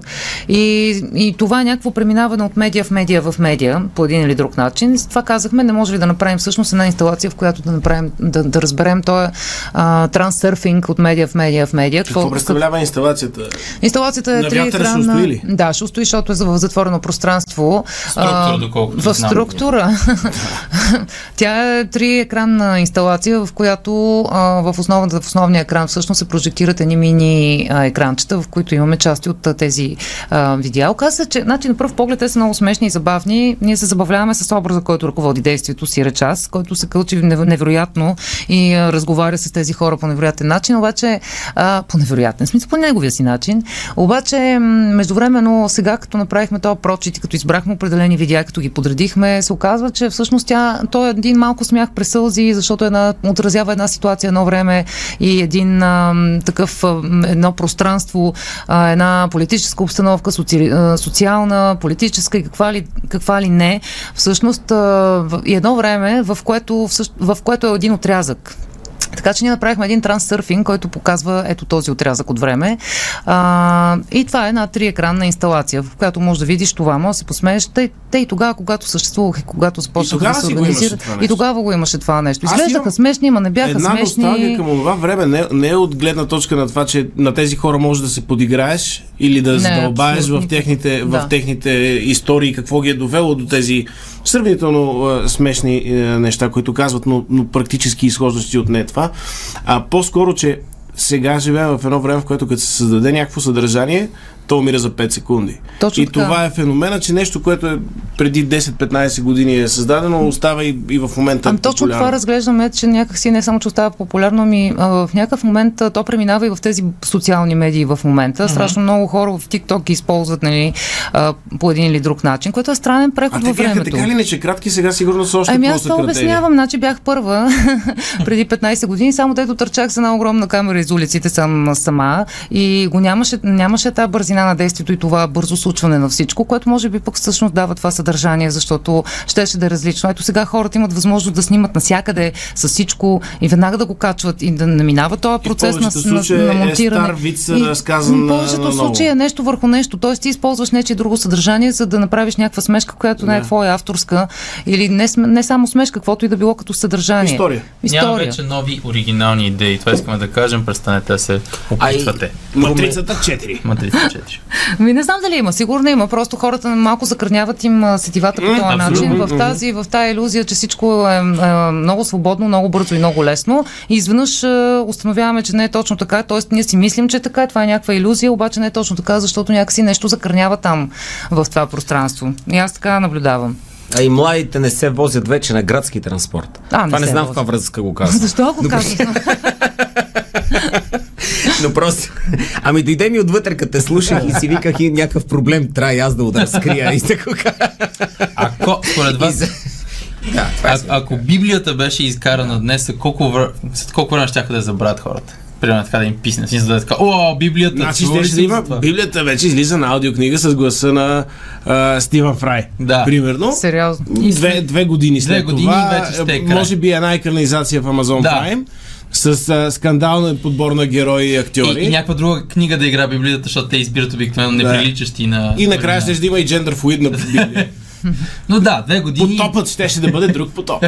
Speaker 5: И, и това е някакво преминаване от медия в медия в медия, по един или друг начин. Затова казахме, не може ли да направим всъщност една инсталация, в която да, направим, да, да разберем този а, трансърфинг от медия в медия в медия.
Speaker 2: Какво представлява инсталацията?
Speaker 5: Инсталацията е
Speaker 2: На
Speaker 5: три
Speaker 2: вятъра ще
Speaker 5: екранна.
Speaker 2: устои ли?
Speaker 5: Да, ще устои, защото е за- в затворено пространство.
Speaker 3: Структура, доколкото
Speaker 5: в
Speaker 3: знам.
Speaker 5: структура. Тя е три екранна инсталация, в която а, в, основната, в основния екран всъщност се прожектират едни мини а, екранчета, в които имаме части от а, тези а, видеа. Оказва се, че значи, на пръв поглед те са много смешни и забавни. Ние се забавляваме с образа, който ръководи действието си речас, който се кълчи нев- невероятно и а, разговаря с тези хора по невероятен начин, обаче а, по невероятен в смисъл, по неговия си начин. Обаче, м, междувременно, сега като направихме този прочит и като избрахме определени видеа, като ги подредихме, се оказва, че всъщност тя, той е един малко смях през сълзи, защото една, отразява една ситуация, едно време и един а, м, такъв, а, м, едно пространство, а, една политическа обстановка, соци, а, социална, политическа и каква ли, каква ли не. Всъщност, а, в- и едно време, в което, всъщ, в което е един отрязък. Така че ние направихме един транссърфинг, който показва ето този отрязък от време. А, и това е една триекранна инсталация, в която можеш да видиш това, може да се посмееш. Те, те и тогава, когато съществувах и когато започнах да
Speaker 2: тогава
Speaker 5: се
Speaker 2: си го имаше
Speaker 5: организират.
Speaker 2: това
Speaker 5: И
Speaker 2: нещо.
Speaker 5: тогава го имаше това нещо.
Speaker 2: Аз
Speaker 5: Изглеждаха
Speaker 2: имам
Speaker 5: смешни, ама не бяха
Speaker 2: Една
Speaker 5: смешни.
Speaker 2: носталгия към това време не, не е от гледна точка на това, че на тези хора можеш да се подиграеш или да задълбаеш
Speaker 5: абсолютно
Speaker 2: в техните,
Speaker 5: никак. Да.
Speaker 2: в техните истории, какво ги е довело до тези сравнително а, смешни а, неща, които казват, но, но практически изхождащи от не това. А по-скоро, че сега живеем в едно време, в което като се създаде някакво съдържание, то умира за 5 секунди.
Speaker 5: Точно
Speaker 2: и
Speaker 5: така.
Speaker 2: това е феномена, че нещо, което е преди 10-15 години е създадено, остава и, и в момента.
Speaker 5: Ами точно
Speaker 2: популярно.
Speaker 5: това разглеждаме, че някакси не само, че остава популярно, ами а, в някакъв момент а, то преминава и в тези социални медии в момента. Страшно много хора в TikTok ги използват нали, а, по един или друг начин, което е странен
Speaker 2: А
Speaker 5: преход
Speaker 2: те
Speaker 5: във
Speaker 2: бяха
Speaker 5: времето.
Speaker 2: така ли не, че кратки сега сигурно са още
Speaker 5: Ами аз това
Speaker 2: по-съкратени.
Speaker 5: обяснявам, значи бях първа преди 15 години, само дето търчах с една огромна камера из улиците сам, сама и го нямаше, нямаше тази бързина на действието и това бързо случване на всичко, което може би пък всъщност дава това съдържание, защото щеше да е различно. Ето сега хората имат възможност да снимат навсякъде с всичко и веднага да го качват и да не минава този
Speaker 2: И в
Speaker 5: процес на,
Speaker 2: повечето
Speaker 5: на,
Speaker 2: случаи
Speaker 5: на
Speaker 2: е
Speaker 5: монтиране.
Speaker 2: стар вид се разказан
Speaker 5: в
Speaker 2: на-
Speaker 5: повечето
Speaker 2: наново.
Speaker 5: случаи е нещо върху нещо. Тоест ти използваш нечие друго съдържание, за да направиш някаква смешка, която не е
Speaker 2: Да.
Speaker 5: твоя авторска или не, см- не само смешка, каквото и да било като съдържание.
Speaker 2: История.
Speaker 3: Няма
Speaker 5: История.
Speaker 3: вече нови оригинални идеи. Това искаме да кажем. Престанете да се
Speaker 1: Ай.
Speaker 3: опитвате.
Speaker 2: Матрицата 4.
Speaker 3: Матрица 4.
Speaker 5: Ми не знам дали има, сигурно има. Просто хората малко закърняват им а, сетивата по този начин. В тази, в тази иллюзия, че всичко е, е много свободно, много бързо и много лесно. И изведнъж е, установяваме, че не е точно така. Тоест, ние си мислим, че е така. Това е някаква иллюзия, обаче не е точно така, защото някакси нещо закърнява там, в това пространство. И аз така наблюдавам.
Speaker 1: А и младите не се возят вече на градски транспорт.
Speaker 5: А, не
Speaker 1: Това не
Speaker 5: се
Speaker 1: знам в
Speaker 5: возят.
Speaker 1: каква връзка го казвам.
Speaker 5: Защо го казвам?
Speaker 1: Но просто... Ами дойде ми отвътре, като те слушах и си виках и някакъв проблем трябва и аз да го разкрия. И така го кажа.
Speaker 3: Ако, според
Speaker 1: И
Speaker 3: вас,
Speaker 1: за- Да, това е
Speaker 3: а, ако Библията беше изкарана днес, колко, вър... след колко време ще да я забравят хората? Примерно така да им писне. В Смисъл да е така, о, Библията,
Speaker 2: Значи
Speaker 3: чували
Speaker 2: ще да
Speaker 3: си за
Speaker 2: има.
Speaker 3: това?»
Speaker 2: Библията вече излиза на аудиокнига с гласа на а, Стивън Фрай.
Speaker 3: Да.
Speaker 2: Примерно.
Speaker 5: Сериозно.
Speaker 2: Две, две години след
Speaker 3: години
Speaker 2: това,
Speaker 3: вече ще е
Speaker 2: е,
Speaker 3: край.
Speaker 2: може би една екранизация в Amazon
Speaker 3: Да.
Speaker 2: Prime с а, скандален подбор на герои и актьори.
Speaker 3: И, и някаква друга книга да игра Библията, защото те избират обикновено неприличащи на...
Speaker 2: И накрая ще
Speaker 3: на-
Speaker 2: да има и джендър флуидна Библия.
Speaker 3: Но да, две години...
Speaker 2: Потопът щеше да бъде друг потоп.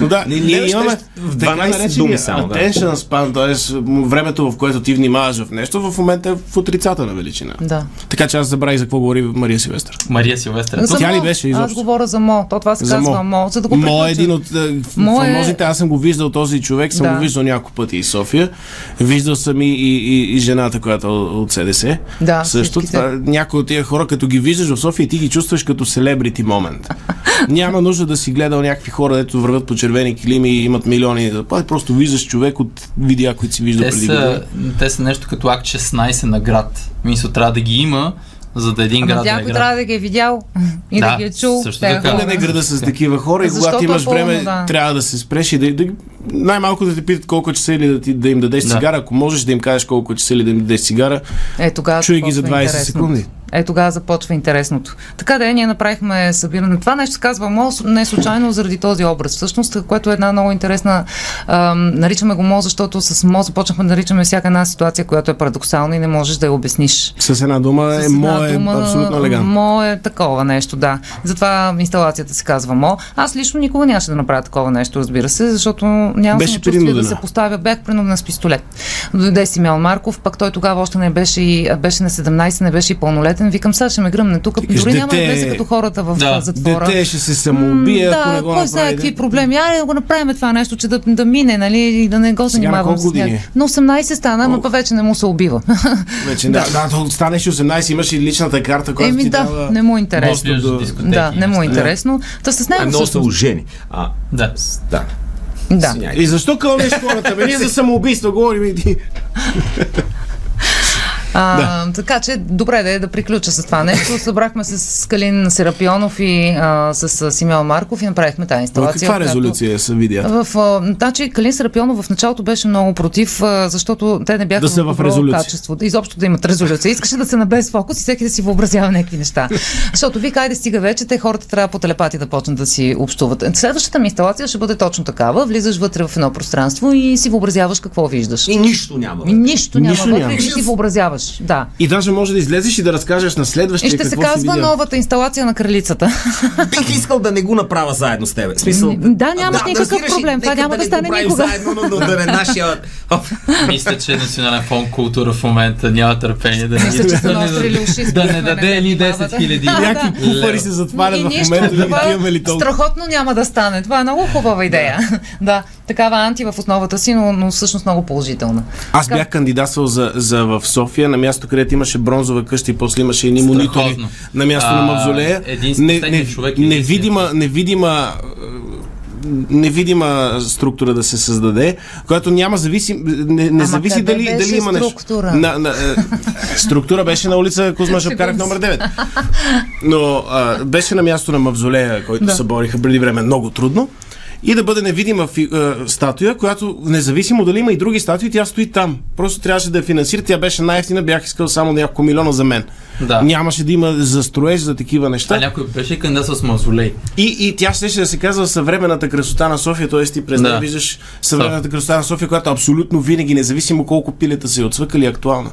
Speaker 2: Но да,
Speaker 1: Не,
Speaker 2: ние,
Speaker 1: ние ще-
Speaker 2: имаме
Speaker 1: в
Speaker 2: така
Speaker 1: 12
Speaker 2: наречения
Speaker 1: думи само, да.
Speaker 2: attention span, т.е. времето в което ти внимаваш в нещо, в момента е в отрицателна величина.
Speaker 5: Да.
Speaker 2: Така че аз забравих за какво говори Мария Силвестър.
Speaker 3: Мария Силвестра.
Speaker 5: За
Speaker 2: Тя ли
Speaker 5: Мо.
Speaker 2: беше
Speaker 5: Аз
Speaker 2: изобщо?
Speaker 5: говоря за Мо. То това се
Speaker 2: За
Speaker 5: казва Мо. За да го
Speaker 2: Мо е
Speaker 5: приключим.
Speaker 2: един от е,
Speaker 5: Мо е-
Speaker 2: фамозите. Аз съм го виждал този човек, съм
Speaker 5: Да.
Speaker 2: го виждал няколко пъти и София. Виждал съм и, и, и, и жената, която е от СДС.
Speaker 5: Да,
Speaker 2: Също
Speaker 5: всичките.
Speaker 2: това, някои от тия хора, като ги виждаш в София, ти ги чувстваш като селебрити момент. Няма нужда да си гледал някакви хора, дето вървят по червени килими и имат милиони заплати. Просто виждаш човек от видеа, които си виждал
Speaker 3: Те
Speaker 2: преди години.
Speaker 3: са, те са нещо като акт 16 на град. Мисля, трябва да ги има, за да един
Speaker 5: Ама
Speaker 3: град да е
Speaker 5: някой
Speaker 3: град.
Speaker 5: трябва да ги е видял и да,
Speaker 3: Да,
Speaker 5: ги е чул.
Speaker 3: също
Speaker 5: Те
Speaker 3: така.
Speaker 5: хора.
Speaker 2: Пълен е града с такива хора и
Speaker 5: Защото
Speaker 2: когато имаш
Speaker 5: е пълно,
Speaker 2: време,
Speaker 5: да.
Speaker 2: трябва да се спреш и да, да, най-малко да те питат колко часа или да, ти, да им дадеш
Speaker 3: Да.
Speaker 2: цигара. Ако можеш да им кажеш колко часа или да им дадеш цигара,
Speaker 5: Е, тогава
Speaker 2: Чуй ги за
Speaker 5: започва
Speaker 2: 20 секунди.
Speaker 5: Е, тогава започва интересното. Така да е, ние направихме събиране. Това нещо се казва МОЗ не случайно заради този образ. Всъщност, което е една много интересна. Ам, наричаме го МОЗ, защото с МО започнахме да наричаме всяка една ситуация, която е парадоксална и не можеш да я обясниш.
Speaker 2: с една дума
Speaker 5: С
Speaker 2: е
Speaker 5: една
Speaker 2: мое,
Speaker 5: дума,
Speaker 2: абсолютно елегантно.
Speaker 5: Мо е такова нещо, да. Затова инсталацията се казва Мо. Аз лично никога нямаше да направя такова нещо, разбира се, защото нямам
Speaker 2: Беше
Speaker 5: самочувствие да
Speaker 2: принудена.
Speaker 5: се поставя. Бях принудена с пистолет. Дойде Симеон Марков, пък той тогава още не беше, и, беше на 17, не беше и пълнолетен. естествено викам, сега ще ме гръмне тук.
Speaker 2: Викаш,
Speaker 5: Дори няма да
Speaker 2: дете-
Speaker 5: влезе като хората в
Speaker 3: Да,
Speaker 5: а, затвора.
Speaker 2: Дете ще се самоубие,
Speaker 5: М,
Speaker 2: ако не
Speaker 5: да,
Speaker 2: го
Speaker 5: кой знае
Speaker 2: направи.
Speaker 5: какви проблеми. Аре да го направим това нещо, че да, да мине, нали, и да не го занимавам
Speaker 2: колко
Speaker 5: с него.
Speaker 2: години е?
Speaker 5: На 18 стана, ама пък вече не му се убива.
Speaker 2: Вече, да, да, то станеш 18, имаш и личната карта, която
Speaker 5: Еми
Speaker 2: ти
Speaker 5: да,
Speaker 2: дава...
Speaker 5: не му е
Speaker 3: Може
Speaker 5: интересно.
Speaker 3: да,
Speaker 2: до-
Speaker 3: за дискотеки.
Speaker 5: Да, не му е
Speaker 3: и неща.
Speaker 5: интересно. Та с
Speaker 1: А
Speaker 5: него
Speaker 1: много са
Speaker 5: всъщност...
Speaker 1: ожени. А,
Speaker 3: Да.
Speaker 1: с- да.
Speaker 5: Да.
Speaker 1: Извинявай.
Speaker 2: И защо кълнеш хората? Бе, ние за самоубийство говорим и ти.
Speaker 5: А, Така че добре да е да приключа с това нещо. Събрахме се с Калин Серапионов и а, с а, Симеон Марков и направихме тази
Speaker 2: Но
Speaker 5: инсталация.
Speaker 2: каква
Speaker 5: която-
Speaker 2: резолюция са видя?
Speaker 5: В, а, значи, Калин Серапионов в началото беше много против, а, защото те не бяха
Speaker 2: Да са в
Speaker 5: добро
Speaker 2: резолюция.
Speaker 5: качество. Да, изобщо да имат резолюция. Искаше да се набе с фокус и всеки да си въобразява някакви неща. Защото ви хайде стига вече, те хората трябва по телепати да почнат да си общуват. Следващата ми инсталация ще бъде точно такава. Влизаш вътре в едно пространство и си въобразяваш какво виждаш.
Speaker 1: И нищо няма.
Speaker 5: И Ами Нищо няма
Speaker 2: Нищо няма.
Speaker 5: вътре, ти си въобразяваш. Да.
Speaker 2: И даже може да излезеш и да разкажеш на
Speaker 5: И
Speaker 2: следващия
Speaker 5: ще се
Speaker 2: какво си
Speaker 5: казва
Speaker 2: видял.
Speaker 5: новата инсталация на кралицата.
Speaker 1: Бих искал да не го направя заедно с тебе. В Смисъл,
Speaker 5: Да, нямаш никакъв
Speaker 1: разбираш ли,
Speaker 5: проблем. Това
Speaker 1: нека
Speaker 5: няма да
Speaker 1: не го
Speaker 5: стане
Speaker 1: правим
Speaker 5: никога.
Speaker 1: Заедно, но, но да не нашия... Оп.
Speaker 3: Мисля, че Национален фонд култура в момента няма търпение да
Speaker 5: Мисля, че са
Speaker 3: да
Speaker 5: наострили уши,
Speaker 3: не, да не
Speaker 5: според мен,
Speaker 3: даде ни
Speaker 5: не
Speaker 3: 10 хиляди.
Speaker 5: внимават.
Speaker 2: Някакви
Speaker 5: Да.
Speaker 2: куфари се затварят в момента, да
Speaker 5: това
Speaker 2: ги имаме ли толкова.
Speaker 5: страхотно няма да стане. Това е много хубава идея. Да, такава анти в основата си, но, но всъщност много положителна.
Speaker 2: Аз
Speaker 5: Как-
Speaker 2: бях кандидатствал за, за в София, на място, където имаше бронзова къща и после имаше едни
Speaker 3: Страхотно.
Speaker 2: монитори на място на
Speaker 3: А,
Speaker 2: мавзолея.
Speaker 3: един с
Speaker 2: Не,
Speaker 3: последния
Speaker 2: не,
Speaker 3: човек, единственият.
Speaker 2: невидима, невидима е, невидима структура да се създаде, която няма зависи, не, не
Speaker 5: Ама
Speaker 2: зависи
Speaker 5: къде
Speaker 2: дали,
Speaker 5: беше
Speaker 2: дали има нещо.
Speaker 5: структура?
Speaker 2: На, на, е, структура беше на улица Кузма Шапкарев номер 9. Но а, беше на място на мавзолея, който
Speaker 5: Да.
Speaker 2: се бориха преди време много трудно. И да бъде невидима фи, а, статуя, която независимо дали има и други статуи, тя стои там. Просто трябваше да я финансира. Тя беше най-ефтина, бях искал само няколко милиона за мен.
Speaker 3: Да.
Speaker 2: Нямаше да има за строеж, за такива неща.
Speaker 3: А някой беше кандидатствал с мавзолей.
Speaker 2: И, и тя щеше да се казва съвременната красота на София, т.е. ти през
Speaker 3: Да.
Speaker 2: нея виждаш съвременната красота на София, която абсолютно винаги, независимо колко пилета се е отсвъкали, е актуална.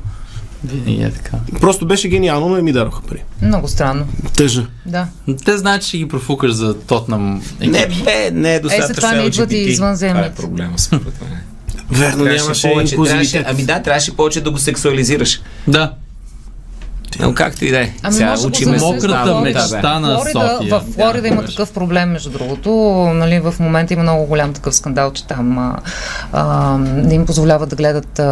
Speaker 3: Винаги е така.
Speaker 2: Просто беше гениално, но не ми дароха пари.
Speaker 5: Много странно.
Speaker 2: Тъжа.
Speaker 5: Да.
Speaker 3: Те знаят, че ги профукаш за Тотнам.
Speaker 1: Не, бе, не е достатъчно.
Speaker 5: Е, затова не идват и
Speaker 1: LGBT.
Speaker 5: извънземните.
Speaker 1: Това е проблема, според мен.
Speaker 2: Верно, нямаше
Speaker 1: трябваше,
Speaker 2: инклюзивитет.
Speaker 1: ами да, трябваше повече да го сексуализираш.
Speaker 3: Да.
Speaker 1: Но както и да е.
Speaker 5: Ами може да го
Speaker 1: учиме се,
Speaker 5: замесиш
Speaker 1: става
Speaker 5: в-
Speaker 1: от
Speaker 5: мечта
Speaker 1: тебе.
Speaker 3: на София.
Speaker 5: В Флорида
Speaker 3: Да,
Speaker 5: има
Speaker 3: беше.
Speaker 5: такъв проблем, между другото. Нали, в момента има много голям такъв скандал, че там а, а, не им позволяват да гледат а,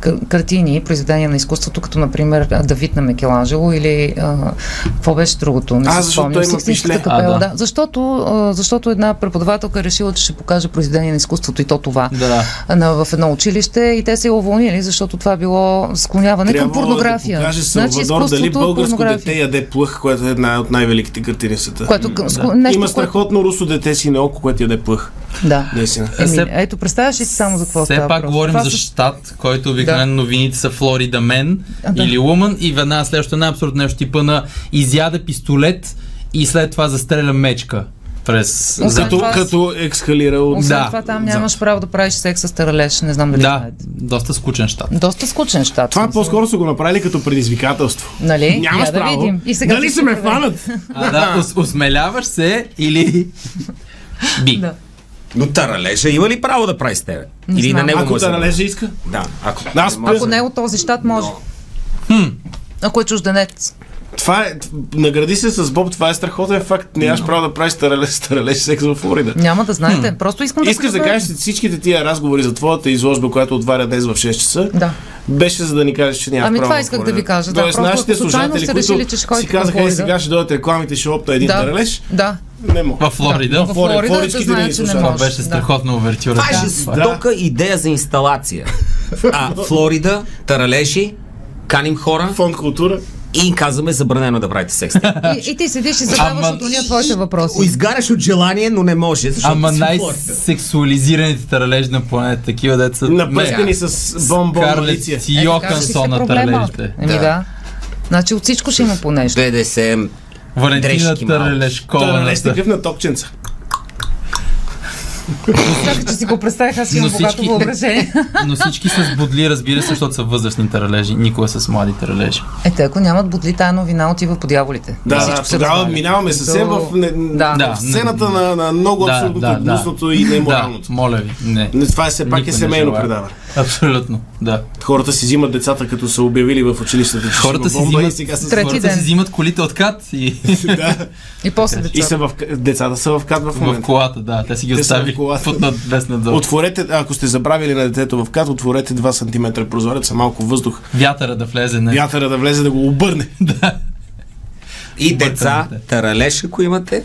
Speaker 5: к- картини, произведения на изкуството, като например Давид на Микеланджело или а, какво беше другото? Не
Speaker 2: А,
Speaker 5: си
Speaker 2: защото
Speaker 5: спомням.
Speaker 2: той има
Speaker 5: Сикстинската
Speaker 2: пишле.
Speaker 5: капела,
Speaker 3: А, да.
Speaker 5: да. Защото, а, защото една преподавателка е решила, че ще покаже произведение на изкуството и то това
Speaker 3: Да.
Speaker 5: на, в едно училище и те се уволнили, защото това било склоняване към
Speaker 2: Трябвало
Speaker 5: порнография.
Speaker 2: Да
Speaker 5: Значи
Speaker 2: покаже Салвадор
Speaker 5: изкуството, е
Speaker 2: дали българско
Speaker 5: порнография.
Speaker 2: дете яде плъх, което е една от най-великите картини в света.
Speaker 5: Което, към, да. нещо,
Speaker 2: Има страхотно русо дете си на око, което яде плъх.
Speaker 5: Което, да.
Speaker 2: Наистина.
Speaker 5: Еми,
Speaker 3: Все-
Speaker 5: ето, представяш ли си само за какво
Speaker 3: Все
Speaker 5: става
Speaker 3: Е, пак
Speaker 5: въпрос?
Speaker 3: говорим
Speaker 5: Това
Speaker 3: за
Speaker 5: с-
Speaker 3: щат, който обикновено новините са Флорида Мен
Speaker 5: А, да.
Speaker 3: или Woman и веднага следващото една абсурдно нещо типа на изяда пистолет и след това застреля мечка през
Speaker 5: Освен
Speaker 3: зад-
Speaker 2: Като,
Speaker 5: това-
Speaker 2: като ексхалира от...
Speaker 5: Освен
Speaker 3: Да.
Speaker 5: това там нямаш право да правиш секс с таралеж, не знам дали
Speaker 3: Да,
Speaker 5: знаете.
Speaker 3: доста скучен щат.
Speaker 5: Доста скучен щат.
Speaker 2: Това
Speaker 5: съм
Speaker 2: по-скоро са го направили като предизвикателство.
Speaker 5: Нали?
Speaker 2: Нямаш
Speaker 5: Я да
Speaker 2: право.
Speaker 5: видим. И сега
Speaker 2: Дали
Speaker 5: ти
Speaker 2: се
Speaker 5: ще
Speaker 2: ме
Speaker 5: проверим.
Speaker 2: хванат?
Speaker 3: А, да, ос- осмеляваш се или би.
Speaker 5: Да.
Speaker 1: Но Таралежа има ли право да прави с тебе?
Speaker 5: Не
Speaker 1: Или на
Speaker 5: знам.
Speaker 1: него
Speaker 2: Ако
Speaker 1: му е
Speaker 2: да
Speaker 1: забранено?
Speaker 2: належа иска.
Speaker 1: Да, ако.
Speaker 2: Аз
Speaker 1: не може-
Speaker 5: Ако не е от този щат, може. Ако е чужденец.
Speaker 2: Това е, награди се с Боб, това е страхотен факт. Нямаш право да правиш старалеж, старалеж секс в Флорида.
Speaker 5: Няма да знаете. Просто искам да
Speaker 2: Искаш да
Speaker 5: проверя.
Speaker 2: кажеш че всичките тия разговори за твоята изложба, която отваря днес в 6 часа,
Speaker 5: Да.
Speaker 2: беше за да ни кажеш, че няма
Speaker 5: Ами
Speaker 2: право
Speaker 5: това
Speaker 2: в
Speaker 5: исках да
Speaker 2: Флорида.
Speaker 5: ви кажа, да.
Speaker 2: Тоест,
Speaker 5: Просто
Speaker 2: нашите
Speaker 5: ако случайно
Speaker 2: слушатели,
Speaker 5: сте
Speaker 2: които
Speaker 5: решили, че ще
Speaker 2: си
Speaker 5: ходите към
Speaker 2: казаха, е,
Speaker 5: Флорида."
Speaker 2: сега ще дойдат рекламите, ще опта един
Speaker 5: Да.
Speaker 2: таралеж,
Speaker 5: Да.
Speaker 2: не мога.
Speaker 3: В Флорида.
Speaker 5: В
Speaker 2: Флори-
Speaker 5: Флорида
Speaker 2: флоридските
Speaker 5: да
Speaker 2: ни
Speaker 5: знаят, че не
Speaker 2: слушат.
Speaker 5: може.
Speaker 2: Това
Speaker 3: Това беше страхотна увертюра.
Speaker 1: Това е жестока идея за инсталация. А Флорида, Таралежи, каним хора
Speaker 2: Фонд култура.
Speaker 1: и им казваме забранено да правите секс.
Speaker 5: Да. И, и ти седиш и задаваш
Speaker 3: Ама-
Speaker 5: от уния твоите въпроси.
Speaker 1: Изгаряш от желание, но не може, защото
Speaker 3: Ама
Speaker 1: си в Флорида.
Speaker 3: най-сексуализираните таралежи на планета, такива деца.
Speaker 2: Напъскани с бомбон лиция.
Speaker 3: Карлет
Speaker 5: Е,
Speaker 3: и
Speaker 5: Йохансон
Speaker 3: Йохансон на таралежите.
Speaker 5: Еми Ами да. Значи от всичко ще има по нещо.
Speaker 1: БДСМ.
Speaker 3: Валентина
Speaker 1: Дрежки малко.
Speaker 3: Таралешкова.
Speaker 2: Таралеж такъв е на токченца.
Speaker 5: Чакай, че си го представих, аз
Speaker 3: Но
Speaker 5: имам богато
Speaker 3: всички-
Speaker 5: въображение.
Speaker 3: Но всички са с бодли, разбира се, защото са възрастни таралежи. Никога с млади таралежи.
Speaker 5: Е, те, ако нямат бодли, тая новина отива по дяволите.
Speaker 2: Да,
Speaker 5: Всичко
Speaker 2: да,
Speaker 5: се
Speaker 2: тогава
Speaker 5: разваля.
Speaker 2: минаваме съвсем
Speaker 5: До-
Speaker 2: в, не,
Speaker 5: Да.
Speaker 2: в сцената на, на много
Speaker 3: Да,
Speaker 2: абсурдното,
Speaker 3: да, да.
Speaker 2: гнусното и
Speaker 3: Да,
Speaker 2: неморалното.
Speaker 3: моля ви, не.
Speaker 2: Но това е все пак
Speaker 3: Никой
Speaker 2: е
Speaker 3: не
Speaker 2: семейно
Speaker 3: желая.
Speaker 2: предаване.
Speaker 3: Абсолютно, да.
Speaker 2: Хората си взимат децата, като са обявили в училищата, че
Speaker 3: Хората
Speaker 2: ще
Speaker 3: си
Speaker 2: има бомба
Speaker 3: взимат-
Speaker 2: и сега са
Speaker 5: Трети
Speaker 2: хората.
Speaker 3: Те
Speaker 5: ден.
Speaker 3: си взимат колите от кат и
Speaker 5: И после
Speaker 2: И
Speaker 5: децата.
Speaker 2: са в... к- Децата са в кат в
Speaker 3: в
Speaker 2: момента.
Speaker 3: колата, да. Те си ги
Speaker 2: Те са в
Speaker 3: оставили
Speaker 2: колата.
Speaker 3: под надвес надзор. От...
Speaker 2: Отворете, ако сте забравили на детето в кат, отворете 2 см прозореца, малко въздух,
Speaker 3: Вятъра да влезе, не.
Speaker 2: вятъра да влезе да го обърне.
Speaker 1: И деца,
Speaker 3: Бъркам, да.
Speaker 1: таралеш, ако имате?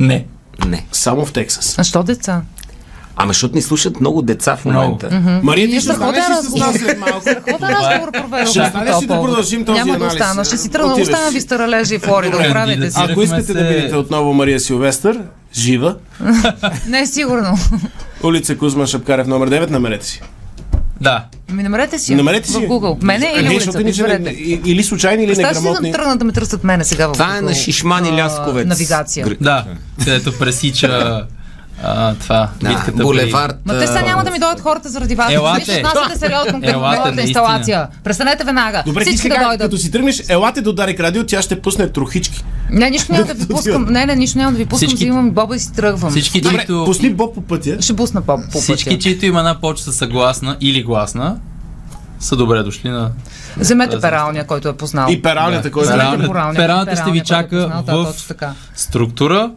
Speaker 3: Не.
Speaker 1: Не.
Speaker 2: Само в Тексас.
Speaker 5: А що деца?
Speaker 1: Ама защото ни слушат много деца в
Speaker 3: Много.
Speaker 1: момента.
Speaker 2: Мария, ти ще
Speaker 5: Страхотен
Speaker 2: останеш ли с
Speaker 5: разговор.
Speaker 2: нас след малко?
Speaker 5: Страхотен разговор проведох.
Speaker 2: Ще
Speaker 5: по
Speaker 2: останеш
Speaker 5: този
Speaker 2: ли да
Speaker 5: повод.
Speaker 2: продължим този
Speaker 5: Няма да
Speaker 2: анализ?
Speaker 5: остана. Ще си тръгна.
Speaker 2: Отиваш.
Speaker 5: Оставям ви старалежи и флори да
Speaker 3: Добре,
Speaker 5: правите си.
Speaker 3: да-
Speaker 2: Ако искате да
Speaker 3: се-
Speaker 2: видите отново Мария Силвестър, жива,
Speaker 5: Не е сигурно.
Speaker 2: улица Кузман Шапкарев номер 9, намерете си.
Speaker 3: Да.
Speaker 5: Ми Ами, намерете си. я
Speaker 2: Намерете си.
Speaker 5: В
Speaker 2: я.
Speaker 5: Google. Мене
Speaker 2: Е,
Speaker 5: или
Speaker 2: защото
Speaker 5: улицата.
Speaker 2: иначе не-
Speaker 5: Изберете.
Speaker 2: и- Или случайни, или
Speaker 5: Представи си да
Speaker 2: неграмотни.
Speaker 5: тръгнат да ме търсят мене сега в
Speaker 1: Това е на
Speaker 5: Google,
Speaker 1: Шишмани
Speaker 5: а,
Speaker 1: Лясковец.
Speaker 5: Навигация.
Speaker 1: Гри-
Speaker 3: Да. Където пресича а, това.
Speaker 1: Да,
Speaker 3: битката при-
Speaker 1: булевард.
Speaker 5: Ма
Speaker 1: а,
Speaker 5: те сега няма да ми дойдат хората заради вас.
Speaker 3: Е, Елате.
Speaker 5: Вие ще отнасяте сериозно към
Speaker 3: Елате,
Speaker 5: новата
Speaker 3: наистина.
Speaker 5: инсталация. Престанете веднага.
Speaker 2: Добре, ти
Speaker 5: Всички
Speaker 2: сега,
Speaker 5: да дойдат.
Speaker 2: като си тръгнеш, елате до Дарик Радио, тя ще пусне трохички.
Speaker 5: Не, нищо няма да ви пускам. Не, не, нищо няма да ви пускам.
Speaker 3: Всички-
Speaker 5: Взимам боба и си тръгвам.
Speaker 3: Всички,
Speaker 2: Добре,
Speaker 3: чието,
Speaker 2: пусни Боб по пътя.
Speaker 5: Ще бусна по, по
Speaker 3: всички,
Speaker 5: пътя.
Speaker 3: чието има една почта съгласна или гласна, са добре дошли на
Speaker 5: Вземете пералния, който е познал.
Speaker 2: И пералнята, който
Speaker 3: Пералня.
Speaker 5: Вземете поралния,
Speaker 3: Пералната ще ви
Speaker 5: който е
Speaker 3: чака
Speaker 5: познал, да,
Speaker 3: в-
Speaker 5: Точно така.
Speaker 3: структура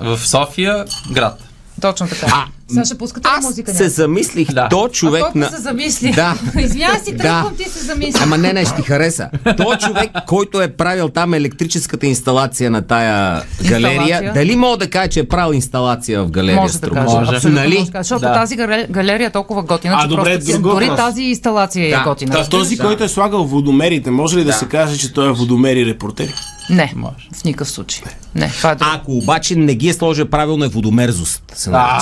Speaker 3: в София град.
Speaker 5: Точно така.
Speaker 1: А,
Speaker 5: сега ще пускате ли
Speaker 1: Аз
Speaker 5: музика?
Speaker 1: се
Speaker 5: някаква?
Speaker 1: замислих,
Speaker 3: Да.
Speaker 1: то
Speaker 5: А
Speaker 1: човек
Speaker 5: който
Speaker 1: на...
Speaker 5: се замисли.
Speaker 1: Да.
Speaker 5: Извинявай си, тръгвам, ти се замисли.
Speaker 1: Ама не, не, ще ти хареса. То човек, който е правил там електрическата инсталация на тая галерия,
Speaker 5: Инсталация?
Speaker 1: дали мога да кажа, че е правил инсталация в галерия?
Speaker 5: Може да
Speaker 1: Струмов?
Speaker 5: кажа.
Speaker 3: Може.
Speaker 5: Абсолютно
Speaker 1: Нали?
Speaker 5: може да кажа, Защото
Speaker 3: Да.
Speaker 5: тази гале- галерия е толкова готина,
Speaker 2: А,
Speaker 5: че
Speaker 2: добре,
Speaker 5: просто
Speaker 2: друг
Speaker 5: дори
Speaker 2: въпрос.
Speaker 5: тази инсталация
Speaker 1: Да.
Speaker 5: е готина.
Speaker 1: Да,
Speaker 2: Та, този,
Speaker 1: Да.
Speaker 2: който е слагал водомерите, може ли да, се каже, че той е водомер и репортер?
Speaker 5: Не,
Speaker 3: Може.
Speaker 5: в никакъв случай. Не, това е друго.
Speaker 1: Ако обаче не ги е сложил правилно е водомерзост. Се нарича.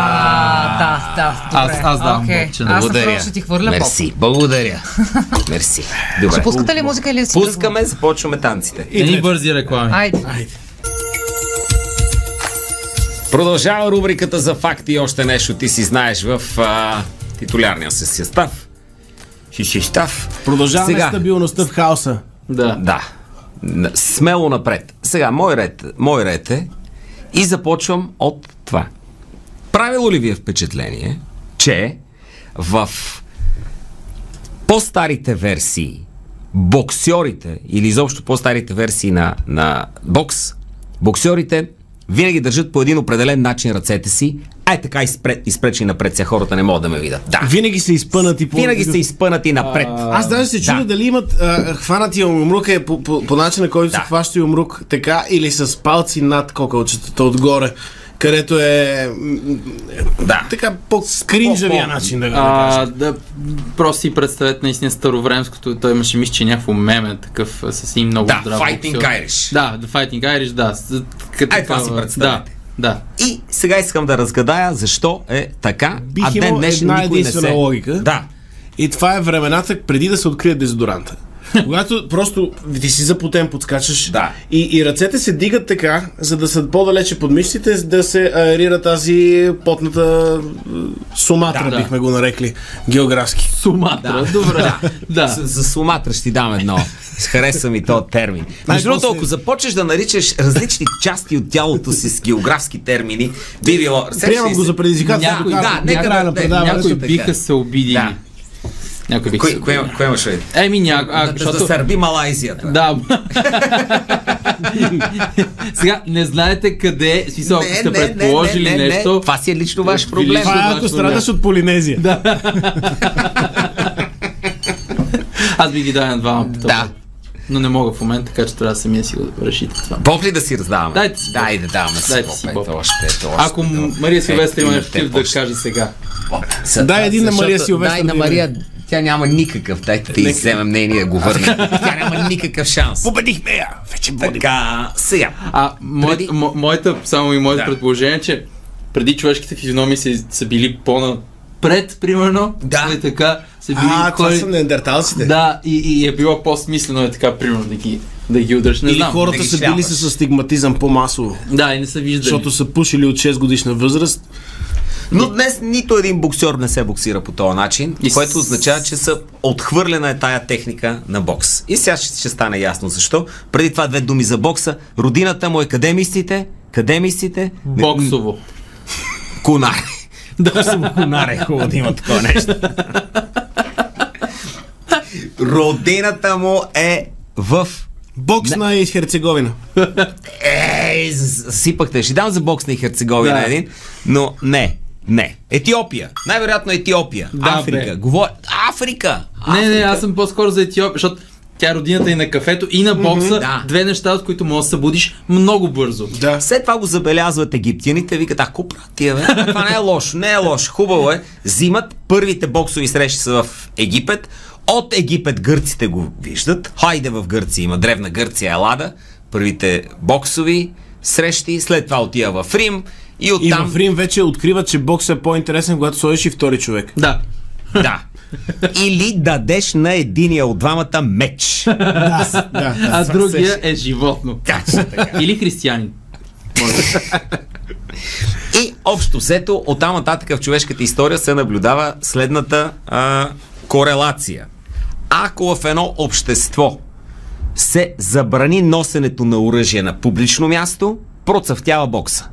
Speaker 5: А, да, да, добре.
Speaker 3: Аз- аз давам
Speaker 5: Окей.
Speaker 3: бокче,
Speaker 5: Аз направо
Speaker 1: Благодаря.
Speaker 5: ще ти хвърля
Speaker 1: Мерси. Благодаря. Мерси. Добре.
Speaker 5: боб. Пускате ли музика или да си тръгвам?
Speaker 1: Пускаме, започваме танците.
Speaker 2: И
Speaker 3: Едни
Speaker 2: двете.
Speaker 3: бързи реклами.
Speaker 5: Айде.
Speaker 1: Продължава рубриката за факти и още нещо ти си знаеш в а, титулярния си състав. Си състав.
Speaker 2: Продължаваме
Speaker 1: Сега.
Speaker 2: стабилността в хаоса.
Speaker 3: Да.
Speaker 1: Да. Н- Смело напред. Сега, мой ред, мой ред е и започвам от това. Правило ли ви е впечатление, че в по-старите версии боксьорите или изобщо по-старите версии на, на бокс, боксьорите винаги държат по един определен начин ръцете си, ай така изпред, изпречени напред сега хората не могат да ме видят. Да.
Speaker 2: Винаги се изпънат и по...
Speaker 1: Винаги са изпънати напред.
Speaker 2: Аз даже се чудя
Speaker 1: Да.
Speaker 2: дали имат а, хванатия умрук е по, по, по начина, който се
Speaker 1: Да.
Speaker 2: хваща умрук така или с палци над кокълчетата отгоре, където е м,
Speaker 1: да.
Speaker 2: така по-кринжавия
Speaker 1: По- по-
Speaker 2: начин да го кажа.
Speaker 3: А, да, просто си представете наистина старовремското, той имаше мисля, че някакво меме такъв а, с един много
Speaker 1: Да,
Speaker 3: здраво.
Speaker 1: Fighting Irish.
Speaker 3: Да, The Fighting Irish, да. с- Като
Speaker 1: Ай, това
Speaker 3: такава-
Speaker 1: си представете.
Speaker 3: Да, да.
Speaker 1: И сега искам да разгадая защо е така,
Speaker 2: Бих
Speaker 1: а ден
Speaker 2: имал
Speaker 1: днешен
Speaker 2: една
Speaker 1: никой не
Speaker 2: единствена
Speaker 1: се...
Speaker 2: логика.
Speaker 1: Да.
Speaker 2: И това е времената преди да се открие дезодоранта. Когато просто ти си запотен, подскачаш
Speaker 1: Да.
Speaker 2: и, и ръцете се дигат така, за да са по-далече под мишците, за да се аерира тази потната м, суматра,
Speaker 3: Да.
Speaker 2: бихме го нарекли географски.
Speaker 3: Суматра, добре. да.
Speaker 1: За, за Суматра ще ти дам едно. Хареса ми този термин.
Speaker 2: Значи,
Speaker 1: Между другото, ако започнеш да наричаш различни части от тялото си с географски термини, би било...
Speaker 2: Приемам го за предизвикателство.
Speaker 1: Някой,
Speaker 2: го
Speaker 1: да,
Speaker 2: казвам,
Speaker 1: нека
Speaker 2: края на
Speaker 1: да-
Speaker 2: предаването.
Speaker 3: Някои
Speaker 1: така.
Speaker 3: биха се обидили.
Speaker 1: Да.
Speaker 3: Някои биха се
Speaker 1: Кое,
Speaker 3: обидили.
Speaker 1: кое, кое имаш ли?
Speaker 3: Еми някои, а,
Speaker 1: Защото...
Speaker 3: защото...
Speaker 1: Да сърби Малайзията.
Speaker 3: Да. Сега, не знаете къде, в смисъл, ако сте предположили нещо,
Speaker 1: Това си е лично ваш проблем.
Speaker 3: Лично
Speaker 2: Това е
Speaker 3: обаче,
Speaker 2: ако страдаш от Полинезия. Да.
Speaker 3: аз би ги дал на двама. по този
Speaker 1: Да.
Speaker 3: път. Но не мога в момента, така че трябва самия си го решите това.
Speaker 1: Боб ли да си раздаваме?
Speaker 3: Дайте си Боб.
Speaker 1: Дай да даваме си
Speaker 3: Дайте
Speaker 1: Боб.
Speaker 3: си
Speaker 1: Ето
Speaker 3: Боб.
Speaker 1: още, ето още.
Speaker 3: Ако
Speaker 1: Ето.
Speaker 3: М- Мария Силвестра има
Speaker 1: Ето,
Speaker 3: нещо
Speaker 1: имате
Speaker 3: да каже сега.
Speaker 1: Са-
Speaker 2: Дай
Speaker 1: да,
Speaker 2: един на
Speaker 1: защото-
Speaker 2: Мария нали? Силвестър
Speaker 1: Дай на
Speaker 2: да я
Speaker 1: Мария, тя няма никакъв. Дай да ти вземем нейния да го върнем. тя няма никакъв шанс.
Speaker 2: Победихме я! Вече водим.
Speaker 1: Така, сега.
Speaker 3: А, мое,
Speaker 1: Преди-
Speaker 3: мо, моята, само и моето
Speaker 1: Да.
Speaker 3: предположение е, че преди човешките физиономии са, са били по-напред, примерно.
Speaker 1: Да.
Speaker 3: И така са били
Speaker 2: А, това
Speaker 3: хори-
Speaker 2: са неандерталците.
Speaker 3: Да, и, и е било по-смислено е така, примерно, да ги, да ги удръш. Не
Speaker 2: Или
Speaker 3: знам.
Speaker 2: хората
Speaker 1: да ги
Speaker 2: са били
Speaker 1: шляваш.
Speaker 2: с астигматизъм по-масово,
Speaker 3: Да, и не са виждали.
Speaker 2: защото са пушили от 6 годишна възраст.
Speaker 1: Но днес нито един боксер не се боксира по този начин,
Speaker 3: И с-
Speaker 1: което означава, че са отхвърлена е тая техника на бокс. И сега ще, ще стане ясно защо. Преди това две думи за бокса. Родината му е къде мислите? Къде мислите?
Speaker 3: Боксово.
Speaker 1: Кунари.
Speaker 6: Субконар е хубаво да има такова нещо.
Speaker 1: Родината му е в...
Speaker 2: Боксна и Херцеговина.
Speaker 1: Ей, с- сипахте. Ще дам за Боксна и Херцеговина
Speaker 2: Да.
Speaker 1: един, но не. Не. Етиопия. Най-вероятно е Етиопия.
Speaker 2: Да, бе.
Speaker 1: Африка. Говоря. Африка!
Speaker 3: Не, не, аз съм по-скоро за Етиопия, защото тя е родината и на кафето, и на бокса.
Speaker 1: Да.
Speaker 3: Две неща, от които можеш да се будиш много бързо.
Speaker 2: Да.
Speaker 1: След това го забелязват египтяните, викат, а какво правят тия, бе? А, Това не е лошо, не е лошо, хубаво е. Взимат, първите боксови срещи са в Египет, от Египет гърците го виждат, хайде в Гърция, има древна Гърция, Елада, първите боксови срещи, след това отива в Рим и
Speaker 2: И
Speaker 1: оттам...
Speaker 2: в Рим вече откриват, че боксът е по-интересен, когато сложиш и втори човек.
Speaker 3: Да.
Speaker 1: Да. Или дадеш на единия от двамата меч.
Speaker 2: Да,
Speaker 3: А другия е животно.
Speaker 1: Точно така.
Speaker 3: Или християнин.
Speaker 1: И общо взето, оттам нататък в човешката история се наблюдава следната а, корелация. Ако в едно общество се забрани носенето на оръжие на публично място, процъфтява бокса.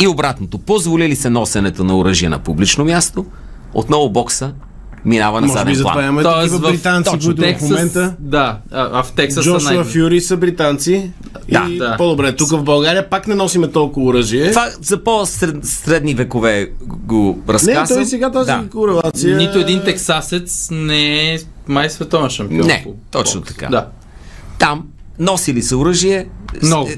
Speaker 1: И обратното, позволи ли се носенето на оръжие на публично място, отново бокса минава на
Speaker 2: Може би
Speaker 1: заден
Speaker 2: затова
Speaker 1: план.
Speaker 2: имаме
Speaker 3: Тоест
Speaker 2: такива британци,
Speaker 3: точно,
Speaker 2: които в
Speaker 3: Тексас-
Speaker 2: момента...
Speaker 3: Да, а, а в Тексас са
Speaker 2: Джошуа
Speaker 3: най
Speaker 2: Фюри са британци.
Speaker 1: Да,
Speaker 2: и
Speaker 3: да.
Speaker 2: По-добре, тук в България пак не носиме толкова оръжие.
Speaker 1: Това за по-средни векове го
Speaker 2: Не,
Speaker 1: разказвам.
Speaker 2: той сега тази
Speaker 1: Да.
Speaker 2: корелация...
Speaker 3: Нито един тексасец не е май световен шампион.
Speaker 1: Не,
Speaker 3: по
Speaker 1: точно
Speaker 3: бокс.
Speaker 1: така.
Speaker 3: Да.
Speaker 1: Там носили са оръжие. с-
Speaker 3: Много.
Speaker 1: е,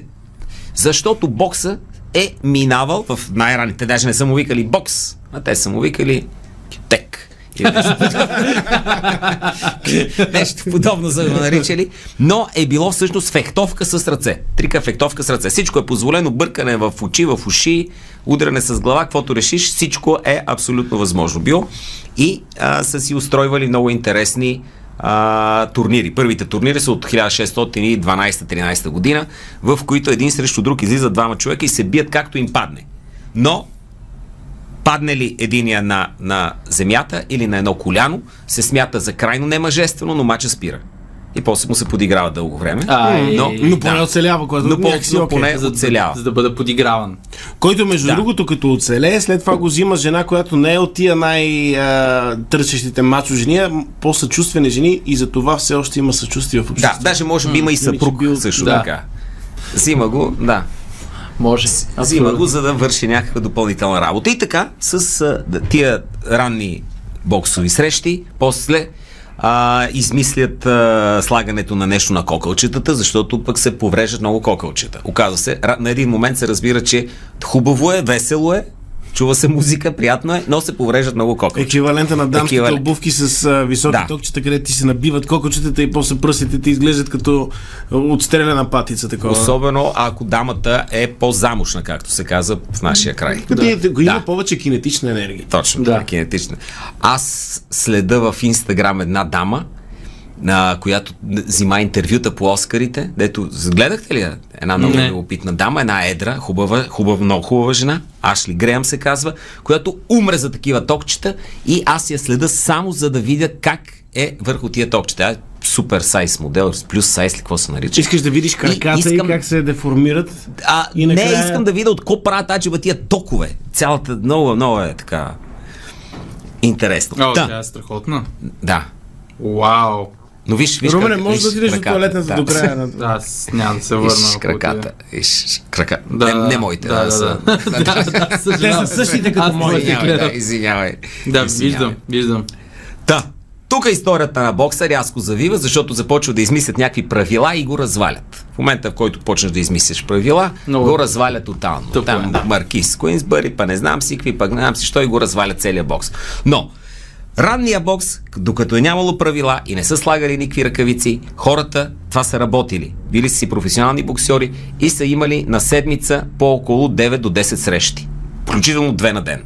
Speaker 1: Защото бокса е минавал в най-раните. Даже не са му викали бокс, а те са му викали тек. Или нещо подобно. Нещо подобно са го наричали. Но е било всъщност фехтовка с ръце. Трика фехтовка с ръце. Всичко е позволено. Бъркане в очи, в уши, удране с глава, каквото решиш, всичко е абсолютно възможно било. И а, са си устройвали много интересни а, турнири. Първите турнири са от 1612-13 година, в които един срещу друг излизат двама човека и се бият както им падне. Но падне ли единия на, на земята или на едно коляно, се смята за крайно немъжествено, но мача спира. И после му се подиграва дълго време.
Speaker 3: Ай,
Speaker 1: но,
Speaker 2: Но поне
Speaker 1: да.
Speaker 2: оцелява, когато
Speaker 1: Но по-
Speaker 2: някакси
Speaker 1: но
Speaker 2: окей.
Speaker 1: поне-
Speaker 3: за,
Speaker 1: оцелява.
Speaker 3: за да бъде подиграван.
Speaker 2: Който, между
Speaker 1: Да.
Speaker 2: да. другото, като оцелее, след това го взима жена, която не е от тия най-търсещите мачо жени, а по-съчувствени жени и за това все още има съчувствие в
Speaker 1: да,
Speaker 2: обществото.
Speaker 1: даже може би има и съпруг
Speaker 2: бил-
Speaker 1: също
Speaker 3: да.
Speaker 1: така. Взима го, да.
Speaker 3: Може.
Speaker 1: Взима го, за да върши някаква допълнителна работа. И така, с а, д- тия ранни боксови срещи, после а, измислят а, слагането на нещо на кокълчетата, защото пък се повреждат много кокълчета. Оказва се, ра- на един момент се разбира, че хубаво е, весело е, чува се музика, приятно е, но се повреждат много кокълчета.
Speaker 2: Еквивалента на дамските
Speaker 1: Еквивалент.
Speaker 2: обувки с а, високи
Speaker 1: Да.
Speaker 2: да. токчета, където ти се набиват кокочетата и после пръстите ти изглеждат като отстреляна патица. Такова.
Speaker 1: Особено ако дамата е по-замушна, както се казва в нашия край.
Speaker 2: Като да. Го има
Speaker 1: Да.
Speaker 2: повече кинетична енергия.
Speaker 1: Точно, да.
Speaker 3: Да.
Speaker 1: кинетична. Аз следа в Инстаграм една дама, на която взима интервюта по Оскарите, дето гледахте ли я? Една много
Speaker 3: Не.
Speaker 1: любопитна дама, една едра, хубава, хубава, много хубава жена, Ашли Греъм се казва, която умре за такива токчета и аз я следа само за да видя как е върху тия токчета. Тя е Супер сайз модел, плюс сайз ли, какво се нарича?
Speaker 2: Искаш да видиш краката и,
Speaker 1: искам-
Speaker 2: как се деформират.
Speaker 1: А,
Speaker 2: И
Speaker 1: не,
Speaker 2: накрая-
Speaker 1: искам да видя от какво правят аджиба тия токове. Цялата много, много е така интересно.
Speaker 3: О,
Speaker 1: да.
Speaker 3: тя е страхотна.
Speaker 1: да.
Speaker 3: Вау.
Speaker 1: Но виж, виж
Speaker 2: Румене,
Speaker 1: как-
Speaker 2: можеш да
Speaker 1: виж
Speaker 2: отидеш до
Speaker 1: краката,
Speaker 2: туалетната до края на...
Speaker 3: Да, аз няма да се върна.
Speaker 1: Виж
Speaker 3: ако
Speaker 1: краката.
Speaker 3: отида.
Speaker 1: Виж краката.
Speaker 3: Да,
Speaker 1: не, не
Speaker 3: да,
Speaker 1: моите.
Speaker 3: да, да,
Speaker 1: са-
Speaker 3: да. Да, съжалявам.
Speaker 2: Те са същите като
Speaker 3: Аз
Speaker 2: моите.
Speaker 3: твоите
Speaker 1: Извинявай, да,
Speaker 3: гледам.
Speaker 1: извинявай.
Speaker 3: Да,
Speaker 1: Извинявай.
Speaker 3: виждам, виждам.
Speaker 1: Да. Тук е историята на бокса рязко завива, защото започва да измислят някакви правила и го развалят. В момента, в който почнеш да измисляш правила,
Speaker 3: Много.
Speaker 1: го развалят тотално.
Speaker 3: Тъпо
Speaker 1: Там
Speaker 3: е, да.
Speaker 1: Маркис Куинсбъри, па не знам си какви, пък не знам си, що и го разваля целият бокс. Но, ранния бокс, докато е нямало правила и не са слагали никакви ръкавици, хората това са работили. Били са си професионални боксери и са имали на седмица по около 9 до 10 срещи. Включително две на ден.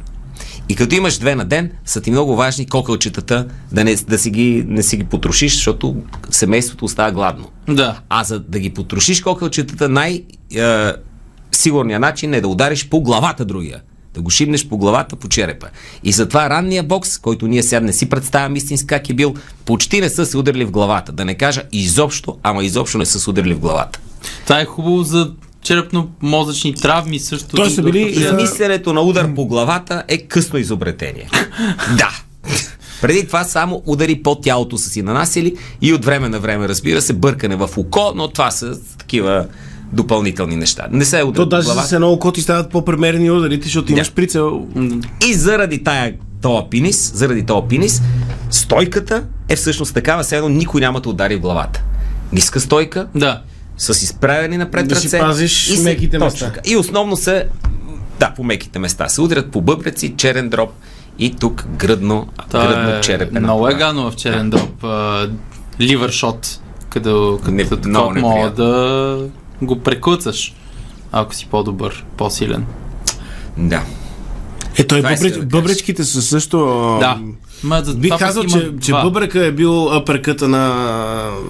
Speaker 1: И като имаш две на ден, са ти много важни кокълчетата да, не, да си ги, не си ги потрошиш, защото семейството остава гладно.
Speaker 3: Да.
Speaker 1: А за да ги потрошиш кокълчетата, най-сигурният начин е да удариш по главата другия. Да го шибнеш по главата, по черепа. И затова ранния бокс, който ние сега не си представям истински как е бил, почти не са се ударили в главата. Да не кажа изобщо, ама изобщо не са се ударили в главата.
Speaker 3: Това е хубаво за черепно-мозъчни травми също.
Speaker 2: Тоест са били-
Speaker 3: Тя-
Speaker 1: Измисленето на удар по главата е късно изобретение. да. Преди това само удари по тялото са си нанасили и от време на време, разбира се, бъркане в око, но това са такива допълнителни неща. Не се е
Speaker 2: То
Speaker 1: удар по
Speaker 2: даже
Speaker 1: глава.
Speaker 2: с едно око ти стават по-премерени ударите, защото имаш прицел.
Speaker 1: И заради тая тоя пинис, заради тоя пинис, стойката е всъщност такава, все едно никой няма да удари в главата. Ниска стойка,
Speaker 3: Да.
Speaker 1: с изправени напред
Speaker 2: Да си
Speaker 1: ръце.
Speaker 2: пазиш
Speaker 1: се-
Speaker 2: меките
Speaker 1: точно
Speaker 2: места.
Speaker 1: така. И основно се, да, по меките места. Се удрят по бъбреци, черен дроб и тук гръдно,
Speaker 3: Та
Speaker 1: гръдно
Speaker 3: е
Speaker 1: черепен.
Speaker 3: Много е гадно в черен дроп. Ливър шот, където,
Speaker 1: Не-
Speaker 3: където така
Speaker 1: много
Speaker 3: мога
Speaker 1: неприятно.
Speaker 3: да го прекъцаш, ако си по-добър, по-силен.
Speaker 1: Да.
Speaker 2: Е, той
Speaker 1: Това иска
Speaker 2: бъбреч,
Speaker 1: да кажа.
Speaker 2: бъбречките са също...
Speaker 1: Ами,
Speaker 3: Да. Ма, за
Speaker 2: Би
Speaker 3: това пък
Speaker 2: казал,
Speaker 3: има
Speaker 2: че, че
Speaker 3: два.
Speaker 2: бъбрека е бил апърката на,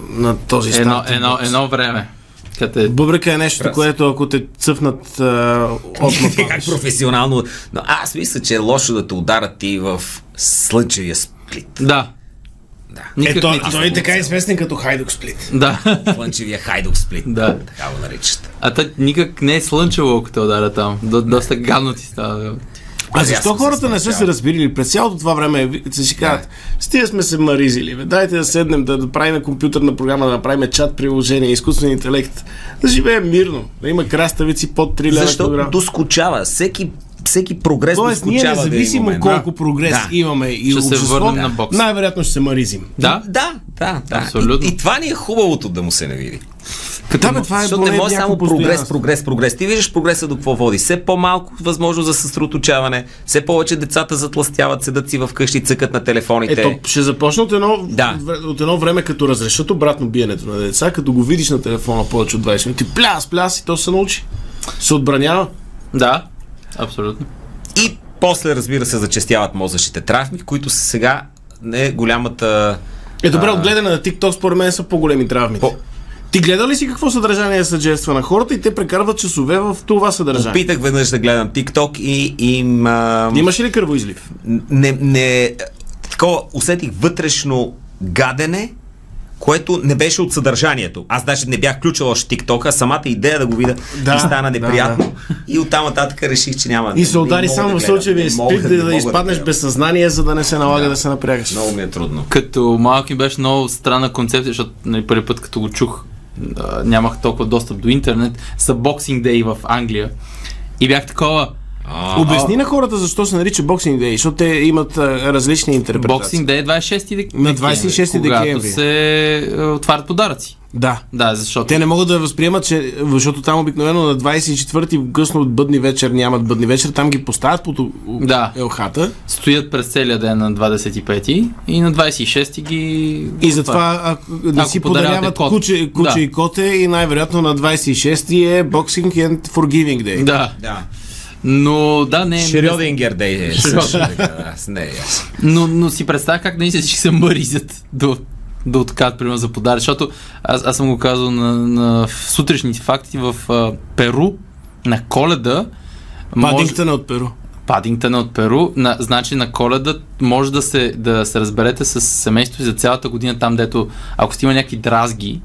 Speaker 2: на този
Speaker 3: едно,
Speaker 2: стартинг
Speaker 3: едно,
Speaker 2: бокс.
Speaker 3: едно време. Къде...
Speaker 2: Бъбрека е нещо, което ако те цъфнат а, от
Speaker 1: Как професионално. Но аз мисля, че е лошо да те ударат и в слънчевия сплит.
Speaker 3: Да.
Speaker 1: Да.
Speaker 3: Никак
Speaker 2: Ето,
Speaker 3: не ти се
Speaker 2: той е така известен като Хайдок Сплит.
Speaker 3: Да.
Speaker 1: Слънчевия хайдов сплит.
Speaker 3: Да.
Speaker 1: Така го наричат.
Speaker 3: А тъй никак не е слънчево, ако те удара там. До, доста гадно ти става.
Speaker 2: А
Speaker 1: Аз
Speaker 2: защо
Speaker 1: съм се
Speaker 2: хората не са се
Speaker 1: смущавал.
Speaker 2: разбирали? През цялото това време се си казват, с тия сме се маризили, бе. дайте да седнем, да, да правим компютърна програма, да направим чат приложение, изкуствен интелект, да живеем мирно, да има краставици под 3 лева
Speaker 1: Защото
Speaker 2: килограм.
Speaker 1: доскочава. Всеки, всеки прогрес
Speaker 2: Тоест, ние
Speaker 1: доскочава. да е
Speaker 2: независимо
Speaker 1: момент.
Speaker 2: колко прогрес
Speaker 1: Да.
Speaker 2: имаме и
Speaker 3: Ще се
Speaker 2: общество,
Speaker 3: върнем на бокс.
Speaker 2: най-вероятно ще се маризим.
Speaker 3: Да?
Speaker 1: Да, да, да.
Speaker 3: Абсолютно.
Speaker 1: И, и това ни е хубавото да му се не види.
Speaker 2: Да, бе, това е
Speaker 1: Защото не
Speaker 2: поне
Speaker 1: може само
Speaker 2: някакво
Speaker 1: прогрес,
Speaker 2: постоянство.
Speaker 1: прогрес, прогрес. Ти виждаш прогреса до какво води. Все по-малко възможност за съсредоточаване, все повече децата затластяват, седат си вкъщи, цъкат на телефоните.
Speaker 2: Ето, ще започна от едно,
Speaker 1: Да.
Speaker 2: вр- от едно време, като разрешат обратно биенето на деца, като го видиш на телефона повече от 20 минути, пляс, пляс и то се научи. Се отбранява.
Speaker 3: Да. Абсолютно.
Speaker 1: И после, разбира се, зачестяват мозъчните травми, които са сега не голямата...
Speaker 2: Е, добре, от гледане на TikTok според мен са по-големи травмите.
Speaker 1: По-
Speaker 2: Ти гледа ли си какво съдържание се съджества на хората и те прекарват часове в това съдържание?
Speaker 1: Опитах веднъж да гледам TikTok и им... а,
Speaker 2: Имаш ли кръвоизлив?
Speaker 1: не, не, такова усетих вътрешно гадене, което не беше от съдържанието. Аз даже не бях включил още TikTok, а самата идея да го видя
Speaker 2: Да,
Speaker 1: да, и стана
Speaker 2: да,
Speaker 1: неприятно. И оттам нататък реших, че няма.
Speaker 2: И се
Speaker 1: не
Speaker 2: удари
Speaker 1: мога
Speaker 2: само в
Speaker 1: гледам,
Speaker 2: случая
Speaker 1: не
Speaker 2: ви
Speaker 1: мога,
Speaker 2: спит
Speaker 1: не
Speaker 2: да, да
Speaker 1: мога
Speaker 2: изпаднеш
Speaker 1: гледам.
Speaker 2: без съзнание, за да не се налага да, се напрягаш.
Speaker 1: Много ми е трудно.
Speaker 3: Като малък ми беше много странна концепция, защото нали, първи път като го чух, а, нямах толкова достъп до интернет, са Boxing Day в Англия. И бях такова,
Speaker 2: Обясни на хората защо се нарича боксинг дей, защото те имат а, различни интерпретации.
Speaker 3: Boxing Day е 26 декември. Нали,
Speaker 2: На 26 декември.
Speaker 3: Когато се а, отварят подаръци.
Speaker 2: Да.
Speaker 3: Да, защото...
Speaker 2: Те не могат да възприемат, че, защото там обикновено на 24-ти късно от бъдни вечер нямат бъдни вечер, там ги поставят под е,
Speaker 3: Да.
Speaker 2: елхата
Speaker 3: стоят през целия ден на 25 и на 26 ги...
Speaker 2: и затова ако, не
Speaker 3: Ако
Speaker 2: си
Speaker 3: подарявате
Speaker 2: подаряват
Speaker 3: кот.
Speaker 2: куче, куче
Speaker 3: Да.
Speaker 2: и коте и най-вероятно на 26-ти е Boxing and Forgiving Day.
Speaker 3: Да,
Speaker 1: Да.
Speaker 3: но да, не...
Speaker 1: Шрёдингер дей е. също така, да. Аз Не, е ясно.
Speaker 3: Но, но си представя как наистина ще се мъризят до, до откат, примерно, за подарък. Защото аз, аз съм го казал на, на в сутрешните факти в а, Перу на коледа.
Speaker 2: Падингтън е от Перу.
Speaker 3: Падингтън е от Перу. На, значи на коледа може да се, да се разберете с семейството си за цялата година там, дето ако сте има някакви дразги,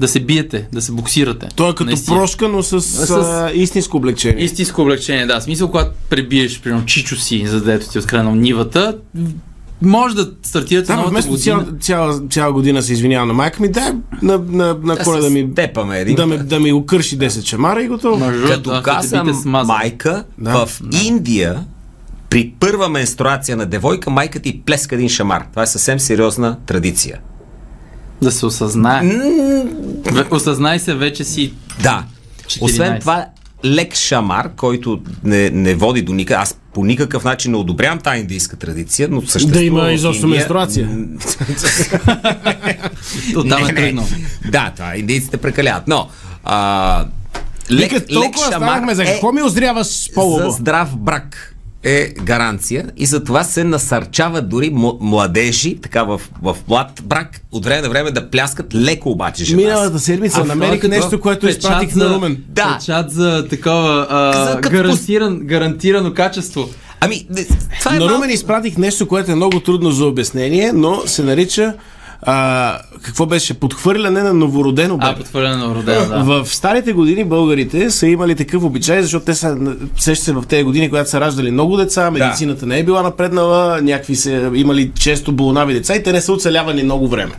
Speaker 3: да се биете, да се боксирате.
Speaker 2: Той е като
Speaker 3: Наистина.
Speaker 2: прошка, но с, а, истинско облегчение.
Speaker 3: Истинско облегчение, да. В Смисъл, когато пребиеш, примерно, чичо си, за да ето ти е откраднал нивата, може да стартирате
Speaker 2: Там
Speaker 3: новата
Speaker 2: вместо
Speaker 3: година.
Speaker 2: цяла, цяла, цяла година се извинявам на майка ми, дай на, на, на коледа ми
Speaker 1: Тепаме един.
Speaker 2: да, ме, да ми окърши 10 чамара и готово.
Speaker 3: Мъжът, да,
Speaker 1: Като
Speaker 3: ще те бите
Speaker 1: каза
Speaker 3: с мазъл.
Speaker 1: майка,
Speaker 2: Да.
Speaker 1: в Индия, при първа менструация на девойка, майка ти плеска един шамар. Това е съвсем сериозна традиция.
Speaker 3: Да се осъзнае. Ве- Осъзнай се вече си.
Speaker 1: Да.
Speaker 3: 14.
Speaker 1: Освен това, лек шамар, който не, не води до никъде. Аз по никакъв начин не одобрявам тази индийска традиция, но съществува.
Speaker 2: Да има
Speaker 1: в
Speaker 2: изобщо
Speaker 1: Индия.
Speaker 2: менструация.
Speaker 3: Оттам е
Speaker 1: Не, не.
Speaker 3: тръгнал.
Speaker 1: Да, това индийците прекаляват. Но, а, лек,
Speaker 2: Вика,
Speaker 1: лек
Speaker 2: толкова
Speaker 1: шамар
Speaker 2: станахме, за
Speaker 1: е
Speaker 2: какво ми озрява с
Speaker 3: Е,
Speaker 1: за
Speaker 2: полово?
Speaker 1: здрав брак е гаранция и за това се насърчава дори м- младежи, така в, в млад брак, от време на време да пляскат леко обаче жена. си.
Speaker 2: Миналата седмица
Speaker 1: А
Speaker 2: намерих
Speaker 1: втората-
Speaker 2: Е, нещо, което
Speaker 3: Печат
Speaker 2: изпратих
Speaker 3: за-
Speaker 2: на Румен.
Speaker 1: Да.
Speaker 3: Печат за такова а,
Speaker 1: За като-
Speaker 3: гарантиран, гарантирано качество.
Speaker 1: Ами, не, това е
Speaker 2: На
Speaker 1: малко...
Speaker 2: Румен изпратих нещо, което е много трудно за обяснение, но се нарича а, какво беше? Подхвърляне на новородено
Speaker 3: А,
Speaker 2: бебе.
Speaker 3: потвърдена на родена, да.
Speaker 2: В старите години българите са имали такъв обичай, защото те са, сеща се в тези години, когато са раждали много деца, медицината не е била напреднала, някакви са имали често болнави деца и те не са оцелявани много време.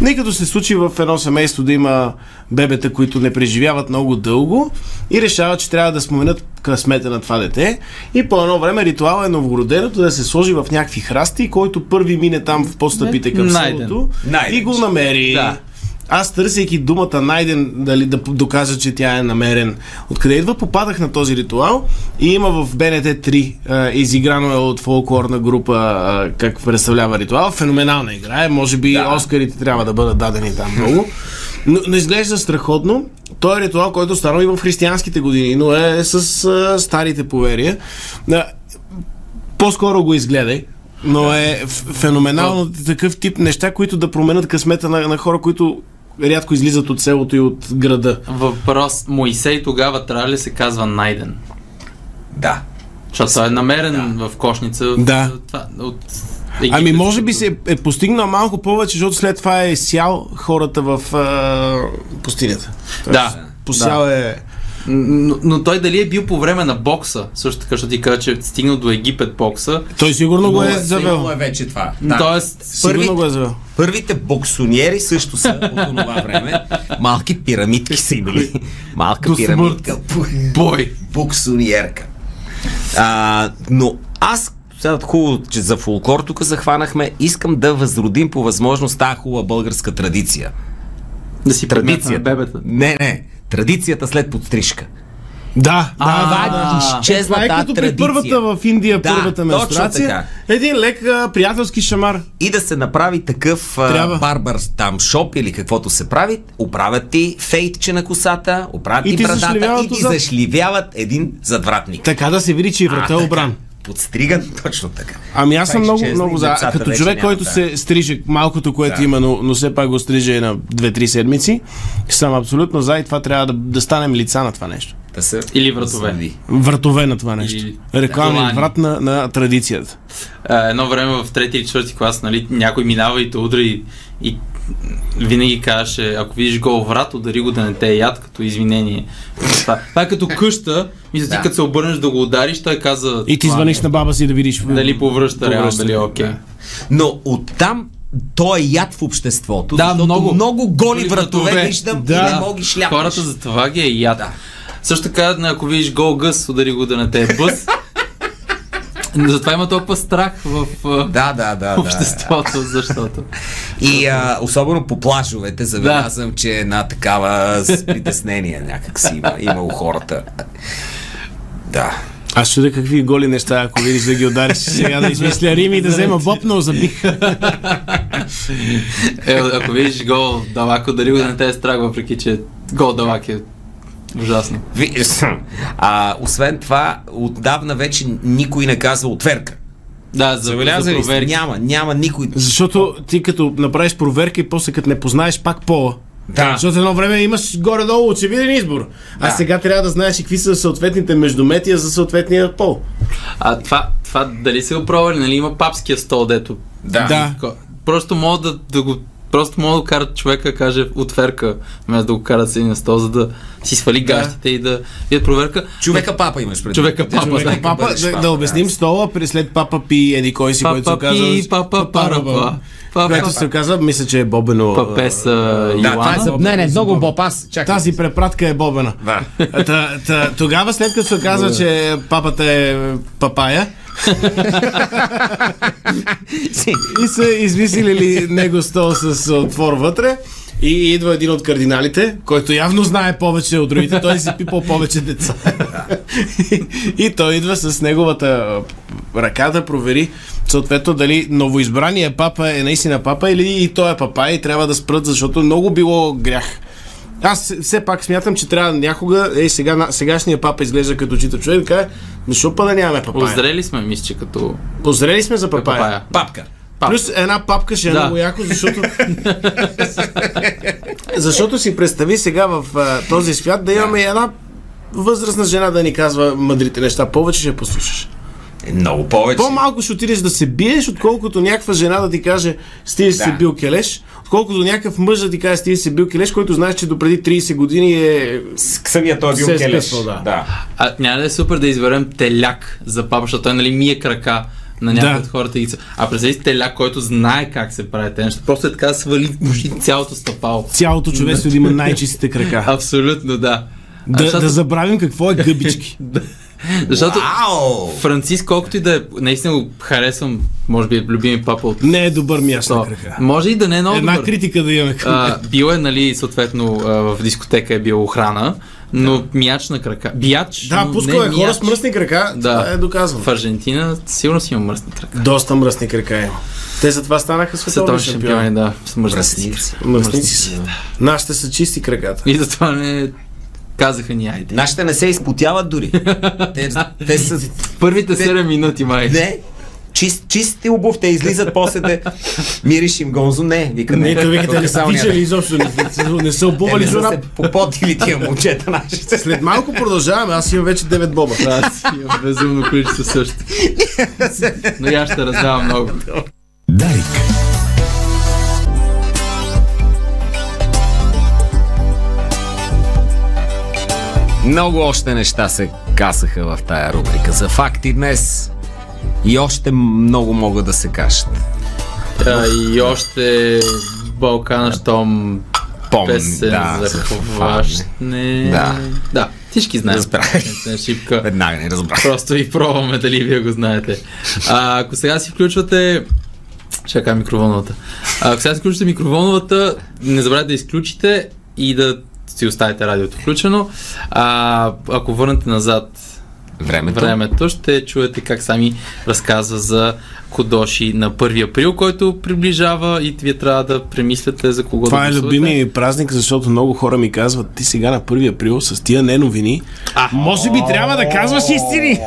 Speaker 2: Не като се случи в едно семейство да има бебета, които не преживяват много дълго и решават, че трябва да споменат късмета на това дете и по едно време ритуала е новороденото да се сложи в някакви храсти, който първи мине там в подстъпите към
Speaker 3: Найден.
Speaker 2: селото
Speaker 1: Найден.
Speaker 2: и го намери.
Speaker 3: Да.
Speaker 2: Аз търсейки думата найден, дали да п- докажа, че тя е намерен. Откъде идва, попадах на този ритуал и има в БНТ 3, а, изиграно е от фолклорна група, а, как представлява ритуал. Феноменална игра е, може би да. Оскарите трябва да бъдат дадени там много. Но, но изглежда страхотно. Той е ритуал, който станал и в християнските години, но е с а, старите поверия. А, по-скоро го изгледай. Но е ф- феноменално такъв тип неща, които да променят късмета на, на хора, които рядко излизат от селото и от града.
Speaker 3: Въпрос. Моисей тогава трябва ли се казва Найден?
Speaker 1: Да.
Speaker 3: Защото той е намерен в кошница. в-
Speaker 2: Да.
Speaker 3: Това, от
Speaker 2: Ами
Speaker 3: Египет,
Speaker 2: може би
Speaker 3: като-
Speaker 2: се е- е постигнал малко повече, защото след това е сял хората в е, пустинята.
Speaker 3: Да.
Speaker 2: Посял е...
Speaker 3: Но, но той дали е бил по време на бокса, също така, защото ти каза, че е стигнал до Египет бокса.
Speaker 2: Той сигурно го е
Speaker 1: Имало
Speaker 2: завел.
Speaker 1: е вече това.
Speaker 3: Да.
Speaker 1: Да.
Speaker 3: Тоест,
Speaker 2: Сигурно
Speaker 1: Първите-
Speaker 2: го е завел.
Speaker 1: Първите боксоньери също са от това време. Малки пирамидки са имали. Малка пирамидка.
Speaker 3: бой.
Speaker 1: Боксоньерка. А, но аз сега хубаво, че за фолклор тук захванахме. Искам да възродим по възможност тази хубава българска традиция.
Speaker 3: Да си
Speaker 1: Традицията.
Speaker 3: на бебета.
Speaker 1: Не, не. Традицията след подстрижка.
Speaker 2: Да, да, да,
Speaker 1: Това
Speaker 2: да.
Speaker 1: изчезна
Speaker 2: Това е
Speaker 1: тази
Speaker 2: като при
Speaker 1: традиция.
Speaker 2: първата в
Speaker 1: Да,
Speaker 2: Индия, първата
Speaker 1: точно
Speaker 2: менструация.
Speaker 1: така.
Speaker 2: Един лек а, приятелски шамар.
Speaker 1: и да се направи такъв а,
Speaker 2: Трябва.
Speaker 1: барбар там шоп или каквото се прави, оправят ти фейтче на косата, оправят
Speaker 2: И
Speaker 1: ти
Speaker 2: ти
Speaker 1: брадата
Speaker 2: зашливяват
Speaker 1: и ти
Speaker 2: отзад.
Speaker 1: зашлivяват един задвратник.
Speaker 2: Така да се види, че и врата е
Speaker 1: така.
Speaker 2: обран.
Speaker 1: Подстриган точно така.
Speaker 2: Ами аз
Speaker 1: Това
Speaker 2: съм много,
Speaker 1: изчезна и
Speaker 2: много за.
Speaker 1: децата
Speaker 2: Като
Speaker 1: вече
Speaker 2: човек,
Speaker 1: няма
Speaker 2: който
Speaker 1: да.
Speaker 2: се стриже малкото, което
Speaker 1: Да.
Speaker 2: има, но, но все пак го стриже на 2-3 седмици, съм абсолютно за и това трябва да, да станем лица на това нещо.
Speaker 1: Да се
Speaker 3: Или вратове.
Speaker 1: възстанови.
Speaker 2: Вратове на това нещо.
Speaker 3: Или-
Speaker 2: Рекламен
Speaker 3: Желание.
Speaker 2: врат на, на традицията.
Speaker 3: А, едно време в трети или четвърти клас, нали, някой минава и те удари и винаги казваше, ако видиш гол врат, удари го да не те е яд като извинение. Това, това е като къща, мисля, ти
Speaker 1: Да.
Speaker 3: като се обърнеш да го удариш, той каза...
Speaker 2: И ти
Speaker 3: това
Speaker 2: звъниш на баба си да видиш.
Speaker 1: Нали
Speaker 3: Дали повръща реално,
Speaker 2: Повръща,
Speaker 3: дали е окей.
Speaker 2: да.
Speaker 1: Но оттам той е яд в обществото.
Speaker 3: Да,
Speaker 1: защото
Speaker 3: много.
Speaker 1: много голи
Speaker 3: Голи
Speaker 1: вратове,
Speaker 3: вратове.
Speaker 1: виждам и не
Speaker 2: Да.
Speaker 1: мога ги шляпаш.
Speaker 3: Хората за това ги е яд.
Speaker 1: Да.
Speaker 3: Също така, на- ако видиш гол гъс, удари го да не те е бъс. Затова има толкова страх в а,
Speaker 1: Да, да, да. да.
Speaker 3: обществото, защото.
Speaker 1: И а, особено по плажовете,
Speaker 3: Да.
Speaker 1: забелязвам, че една такава с притеснение някак си има, има у хората. Да.
Speaker 2: Аз чуда какви голи неща, ако видиш да ги удариш сега да измисля Рим и да взема бопно за бих.
Speaker 3: Е, ако видиш гол далако, дали го да не те е страх, въпреки че гол далак е ужасно.
Speaker 1: Ви- А, освен това, отдавна вече никой не казва отверка.
Speaker 3: Да, за, за
Speaker 1: Забелязали сте?
Speaker 3: проверки.
Speaker 1: Няма, няма никой.
Speaker 2: Защото ти като направиш проверка и после като не познаеш пак пола.
Speaker 1: Да.
Speaker 2: Защото едно време имаш горе-долу очевиден избор. А
Speaker 1: Да.
Speaker 2: сега трябва да знаеш и какви са съответните междуметия за съответния пол.
Speaker 3: А това, това дали се го пробвали, нали има папския стол, дето.
Speaker 1: Да.
Speaker 2: Да.
Speaker 3: Ко- Просто мога да, да го Просто мога да карат човека, каже, отверка, вместо да го карат с един стол, за да си свали гащите и да видят проверка.
Speaker 1: Човека папа имаш пред.
Speaker 3: Човека папа,
Speaker 2: Човека
Speaker 3: да.
Speaker 2: папа,
Speaker 1: бъдеш
Speaker 2: да,
Speaker 1: папа,
Speaker 2: да,
Speaker 1: да.
Speaker 2: обясним стола при- след папа пи еди кой си, който се
Speaker 3: Папа
Speaker 2: оказва...
Speaker 3: пи, папа парапа. Папа
Speaker 2: Което се оказва, мисля, че е бобено.
Speaker 3: папеса
Speaker 1: Да, това е
Speaker 3: Йоана.
Speaker 1: за... Не, не, много боб, аз чакай.
Speaker 2: Тази препратка е бобена.
Speaker 1: Да.
Speaker 2: Та, та, тогава след като се оказва, че папата е папая, и са измислили ли него стол с отвор вътре. И идва един от кардиналите, който явно знае повече от другите, той си пипал повече деца. и той идва с неговата а, ръка да провери съответно дали новоизбрания папа е наистина папа или и той е папа и трябва да спрат, защото много било грях. Аз с- все пак смятам, че трябва някога, ей сега, на- сегашния папа изглежда като чита човек, да каже, защо па да нямаме папая?
Speaker 3: Озрели сме, мисля, че като
Speaker 2: Позрели сме за папая.
Speaker 3: папая.
Speaker 1: Папка.
Speaker 3: Папка.
Speaker 2: Плюс една папка ще е
Speaker 3: Да.
Speaker 2: много яко, защото... защото си представи сега в а, този свят да имаме и една възрастна жена да ни казва мъдрите неща. Повече ще послушаш.
Speaker 1: Е, Много повече.
Speaker 2: По-малко ще отидеш да се биеш, отколкото някаква жена да ти каже, стига да. се
Speaker 1: Да.
Speaker 2: бил келеш, отколкото някакъв мъж да ти каже, стига се бил келеш, който знаеш, че допреди 30 години е...
Speaker 1: С- Самия той е бил
Speaker 2: Се е
Speaker 1: келеш.
Speaker 2: скъсвал, да.
Speaker 1: да.
Speaker 3: А няма ли да е супер да изберем теляк за папа, защото той нали мие крака на някои
Speaker 2: Да.
Speaker 3: от хората и ца- А представи си теляк, който знае как се прави те неща. Просто е така да свали почти цялото стъпало.
Speaker 2: Цялото човечество да има най-чистите крака.
Speaker 3: Абсолютно, да. А
Speaker 2: да,
Speaker 3: защото-
Speaker 2: да забравим какво е гъбички.
Speaker 3: Защото
Speaker 1: Ау!
Speaker 3: Францис, колкото и да е, наистина го харесвам, може би е любими папа от
Speaker 2: Не е добър място на
Speaker 3: то.
Speaker 2: крака.
Speaker 3: Може и да не е много
Speaker 2: Една
Speaker 3: добър.
Speaker 2: критика да имаме към
Speaker 3: А, бил е, нали, съответно, а, в дискотека е бил охрана, но мяч на крака. Бияч,
Speaker 2: Да,
Speaker 3: но
Speaker 2: пускал
Speaker 3: не
Speaker 2: е хора
Speaker 3: мяч.
Speaker 2: с мръсни крака,
Speaker 3: Да.
Speaker 2: това е доказано.
Speaker 3: В Аржентина сигурно си има мръсни крака.
Speaker 2: Доста мръсни крака има. Те затова станаха световни
Speaker 3: Световни шампиони,
Speaker 2: шампиони.
Speaker 3: да, с мръсни
Speaker 1: Мръсници.
Speaker 3: крака.
Speaker 2: Мръсници са. Нашите са чисти краката.
Speaker 3: И затова не казаха ни айде.
Speaker 1: Нашите не се изпотяват дори. те, те са
Speaker 3: Първите 7 минути,
Speaker 2: Е,
Speaker 3: май.
Speaker 1: Не, чист, чистите обув, те излизат после те. Мириш им гонзо, не. Вика,
Speaker 2: Не, те викате, не са
Speaker 1: само
Speaker 2: тичали
Speaker 1: някак.
Speaker 2: изобщо, не, са- не са
Speaker 1: Те не
Speaker 2: обували
Speaker 1: са се
Speaker 2: жораб.
Speaker 1: попотили тия момчета нашите.
Speaker 2: След малко продължаваме, аз имам вече 9 боба.
Speaker 3: Да, аз имам безумно количество също. Но и аз ще раздавам много.
Speaker 6: Дарик.
Speaker 1: Много още неща се касаха в тая рубрика. За факти днес и още много могат да се кажат.
Speaker 3: А, и още Балкана, щом
Speaker 1: Помни,
Speaker 3: песен
Speaker 1: да,
Speaker 3: за
Speaker 1: за
Speaker 3: хващне.
Speaker 1: Да.
Speaker 3: да, всички знаем.
Speaker 1: Разбрах.
Speaker 3: Песен, Шипка.
Speaker 1: Веднага не разбрах.
Speaker 3: Просто ви пробваме дали вие го знаете. А, ако сега си включвате... Чакай микроволновата. А, ако сега си включите микроволновата, не забравяйте да изключите и да си оставите радиото включено. А, ако върнете назад
Speaker 1: Времето.
Speaker 3: времето, ще чуете как сами разказва за Кодоши на 1 април, който приближава и вие трябва да премисляте за кого
Speaker 2: Това
Speaker 3: да
Speaker 2: е
Speaker 3: гласувате.
Speaker 2: любимия ми празник, защото много хора ми казват, ти сега на 1 април с тия не новини. А, може би трябва да казваш истини.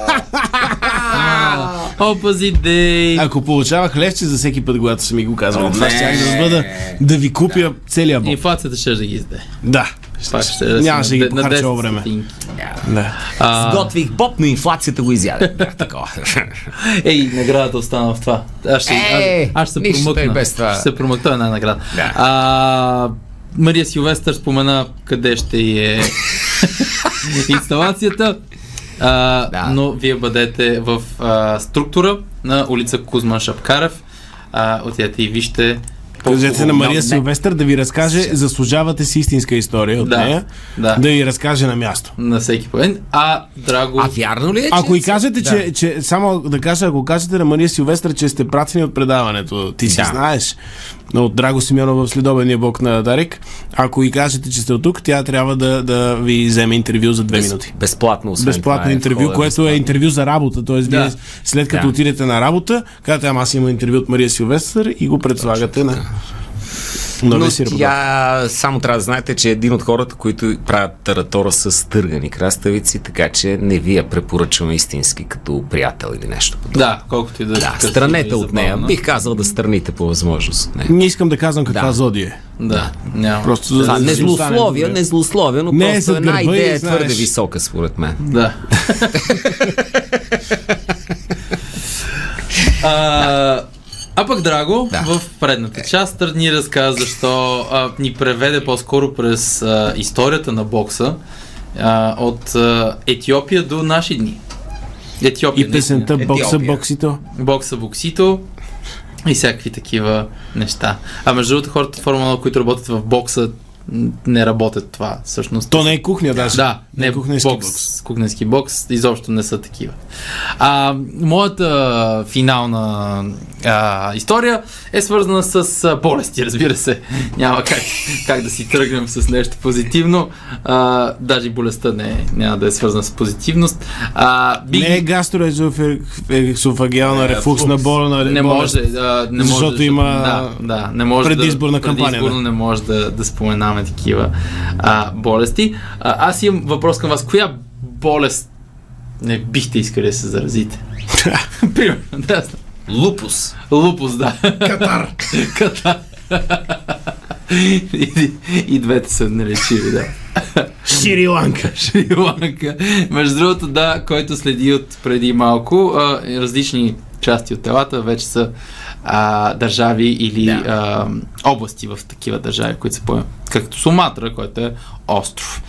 Speaker 3: Опази дей!
Speaker 2: Ако получавах левче за всеки път, когато са ми го казвали,
Speaker 1: О,
Speaker 2: това
Speaker 1: не.
Speaker 2: ще да бъда да ви купя целия боб.
Speaker 3: Инфлацията ще да ги изде.
Speaker 2: Да.
Speaker 3: Пак ще да си
Speaker 2: Нямаше
Speaker 3: на-
Speaker 2: да ги
Speaker 3: на
Speaker 2: похарча
Speaker 3: 10
Speaker 2: време.
Speaker 3: стотинки.
Speaker 2: Да.
Speaker 1: Сготвих боб, но инфлацията го изяде. Бях такова.
Speaker 3: Ей, наградата остана в това. Аз ще,
Speaker 1: Е,
Speaker 3: аз, аз ще
Speaker 1: нищо
Speaker 3: се промъкна.
Speaker 1: и без това.
Speaker 3: Ще се промъкна една награда.
Speaker 1: Да.
Speaker 3: А, Мария Силвестър спомена къде ще е инсталацията. А,
Speaker 1: Да.
Speaker 3: Но вие бъдете в а, структура на улица Кузман Шапкарев. А, отидете и вижте.
Speaker 2: Кажете на
Speaker 3: Много-
Speaker 2: Мария Силвестър да ви разкаже, заслужавате си истинска история от
Speaker 3: Да,
Speaker 2: нея,
Speaker 3: да.
Speaker 2: да ви разкаже на място.
Speaker 3: На всеки поен. А, драго...
Speaker 1: А вярно ли е, че...
Speaker 2: Ако и кажете, че, че, само да кажа, ако кажете на Мария Силвестър, че сте пратени от предаването, ти си
Speaker 1: Да.
Speaker 2: знаеш, но от Драго Симеонов в следобедния бок на Дарик, ако и кажете, че сте от тук, тя трябва да, да ви вземе интервю за две
Speaker 1: Без-
Speaker 2: минути.
Speaker 1: Безплатно. освен
Speaker 2: Безплатно
Speaker 1: това е
Speaker 2: интервю,
Speaker 1: входа,
Speaker 2: което е интервю за работа. Т.е.
Speaker 3: Да.
Speaker 2: вие след като
Speaker 1: Да.
Speaker 2: отидете на работа, казвате, ама аз имам интервю от Мария Силвестър и го предслагате на... на
Speaker 1: Но
Speaker 2: Весир Богданов.
Speaker 1: тя, само трябва да знаете, че е един от хората, които правят таратора с търгани краставици, така че не ви я препоръчваме истински като приятел или нещо подобно.
Speaker 3: Да, колкото и да... е
Speaker 1: Да,
Speaker 3: красиво и
Speaker 1: странете от нея.
Speaker 3: забавно.
Speaker 1: Бих казал да страните по възможност от нея.
Speaker 2: Не искам да казвам каква
Speaker 1: Да.
Speaker 2: зодие.
Speaker 3: Да, няма.
Speaker 2: Просто за
Speaker 1: Това
Speaker 2: да
Speaker 1: не
Speaker 2: си остане
Speaker 1: злословие,
Speaker 2: добре.
Speaker 1: не злословие, но
Speaker 2: Не е
Speaker 1: просто
Speaker 2: зад
Speaker 1: една
Speaker 2: гърба и
Speaker 1: идея е
Speaker 2: знаеш.
Speaker 1: твърде висока, според мен.
Speaker 3: Да. а, а пък Драго
Speaker 1: Да.
Speaker 3: в предната част ни разказа защо а, ни преведе по-скоро през а, историята на бокса а, от а, Етиопия до наши дни. Етиопия.
Speaker 2: И
Speaker 3: наистина.
Speaker 2: песента Бокса,
Speaker 1: Етиопия.
Speaker 2: боксито.
Speaker 3: бокса, боксито и всякакви такива неща. А между другото, хората от Формула, 1, които работят в бокса, м, не работят това всъщност.
Speaker 2: То не е кухня даже.
Speaker 3: Да,
Speaker 2: не е кухненски
Speaker 3: бокс,
Speaker 2: бокс.
Speaker 3: Кухненски бокс изобщо не са такива. А, моята финална а, история е свързана с а, болести, разбира се. Няма как, как да си тръгнем с нещо позитивно. А, даже и болестта не, е- няма да е свързана с позитивност. А, бих-
Speaker 2: Не е гастроезофагиална рефлукс на нали, бола на
Speaker 3: не може, да, не може,
Speaker 2: Е, Защото има
Speaker 3: да, да, не може
Speaker 2: предизборна
Speaker 3: да,
Speaker 2: кампания,
Speaker 3: Предизборно не може да, да споменаваме такива а, болести. А, аз имам въпрос към вас. Коя болест не бихте искали да се заразите? Примерно, да, знам.
Speaker 1: Лупус.
Speaker 3: лупус, да. Катар. Катар. и, и двете са наречиви, да.
Speaker 2: Шри-Ланка.
Speaker 3: Шри-Ланка. Между другото, да, който следи от преди малко, а, различни части от телата вече са а, държави или да. а, области в такива държави, които се поемат. Както Суматра, който е остров.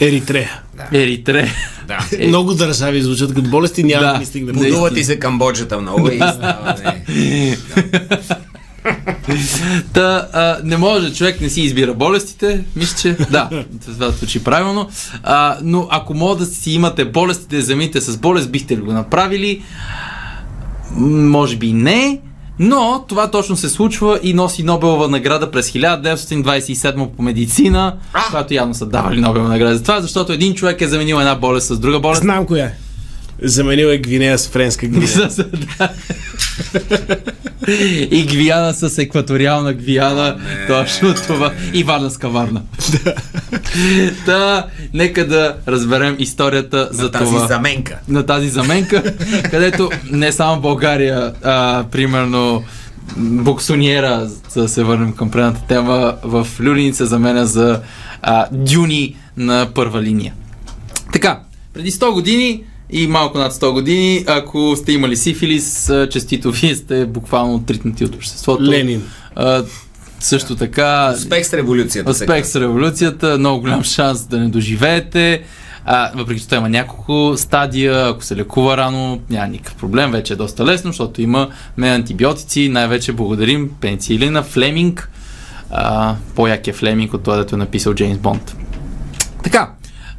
Speaker 2: Еритрея.
Speaker 3: Еритре.
Speaker 1: Да.
Speaker 2: Е. Много държави звучат като болести, няма
Speaker 3: Да.
Speaker 2: да ми стигне.
Speaker 3: Не.
Speaker 1: Подува ти се Камбоджата много и става, не.
Speaker 3: Та, а, не може, човек не си избира болестите, мисля, че да, това звучи правилно. А, но ако може да си имате болестите, замите с болест, бихте ли го направили? М, Може би не, но това точно се случва и носи Нобелова награда през 1927 по медицина,
Speaker 1: А!
Speaker 3: която явно са давали Нобелова награда за това, защото един човек е заменил една болест с друга болест.
Speaker 2: Знам коя е. Заменил е Гвинея с френска Гвинея.
Speaker 3: Да, да. И Гвиана с екваториална Гвиана. Точно това. И Варненска Варна. Та, нека да разберем историята за
Speaker 1: Тази
Speaker 3: това.
Speaker 1: заменка.
Speaker 3: На тази заменка, където не само България, а примерно боксониера, за да се върнем към предната тема, в Люлин се заменя за а, дюни на първа линия. Така, преди 100 години и малко над 100 години, ако сте имали сифилис, а, честито вие сте буквално тритнати от обществото.
Speaker 2: Ленин.
Speaker 3: А, също така...
Speaker 1: Успех с революцията. се
Speaker 3: Успех с революцията, много голям шанс да не доживеете. А, въпреки, че той има няколко стадия, ако се лекува рано, няма никакъв проблем, вече е доста лесно, защото има не антибиотици, най-вече благодарим пеницилина, Флеминг, а, по-як е Флеминг от това, дето е написал Джеймс Бонд. Така,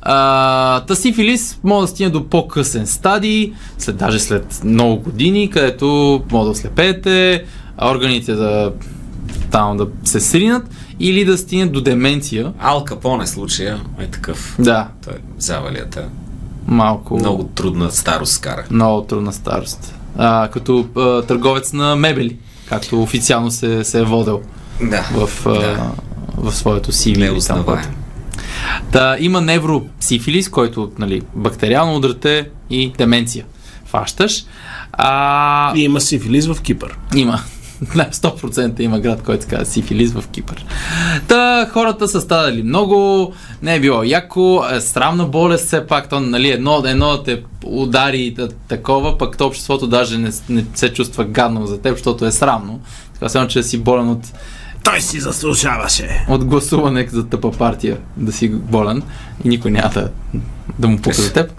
Speaker 3: а, та сифилис може да стигне до по-късен стадий, след, даже след много години, където може да ослепеете, органите да там да се сринат или да стигне до деменция.
Speaker 1: Ал Капоне случая е такъв.
Speaker 3: Да,
Speaker 1: Той е завалията.
Speaker 3: малко
Speaker 1: Много трудна старост скара.
Speaker 3: много трудна старост. А, като а, търговец на мебели, както официално се, се е водел
Speaker 1: Да.
Speaker 3: в, а,
Speaker 1: Да.
Speaker 3: в своето CV.
Speaker 1: Не
Speaker 3: или там, което.
Speaker 1: узнаваем.
Speaker 3: Та, има невропсифилис, който нали, бактериално удрате и деменция фащаш. А,
Speaker 2: И има сифилис в Кипър.
Speaker 3: Има. На 100% има град, който се казва Сифилис в Кипър. Та хората са страдали много, не е било яко, е, срамна болест все пак, то нали, едно, едно да те удари да, такова, пък то обществото даже не, не се чувства гадно за теб, защото е срамно. Така само, че си болен от,
Speaker 2: Той си заслужаваше.
Speaker 3: от гласуване за тъпа партия, да си болен и никой няма да, да му пука за теб.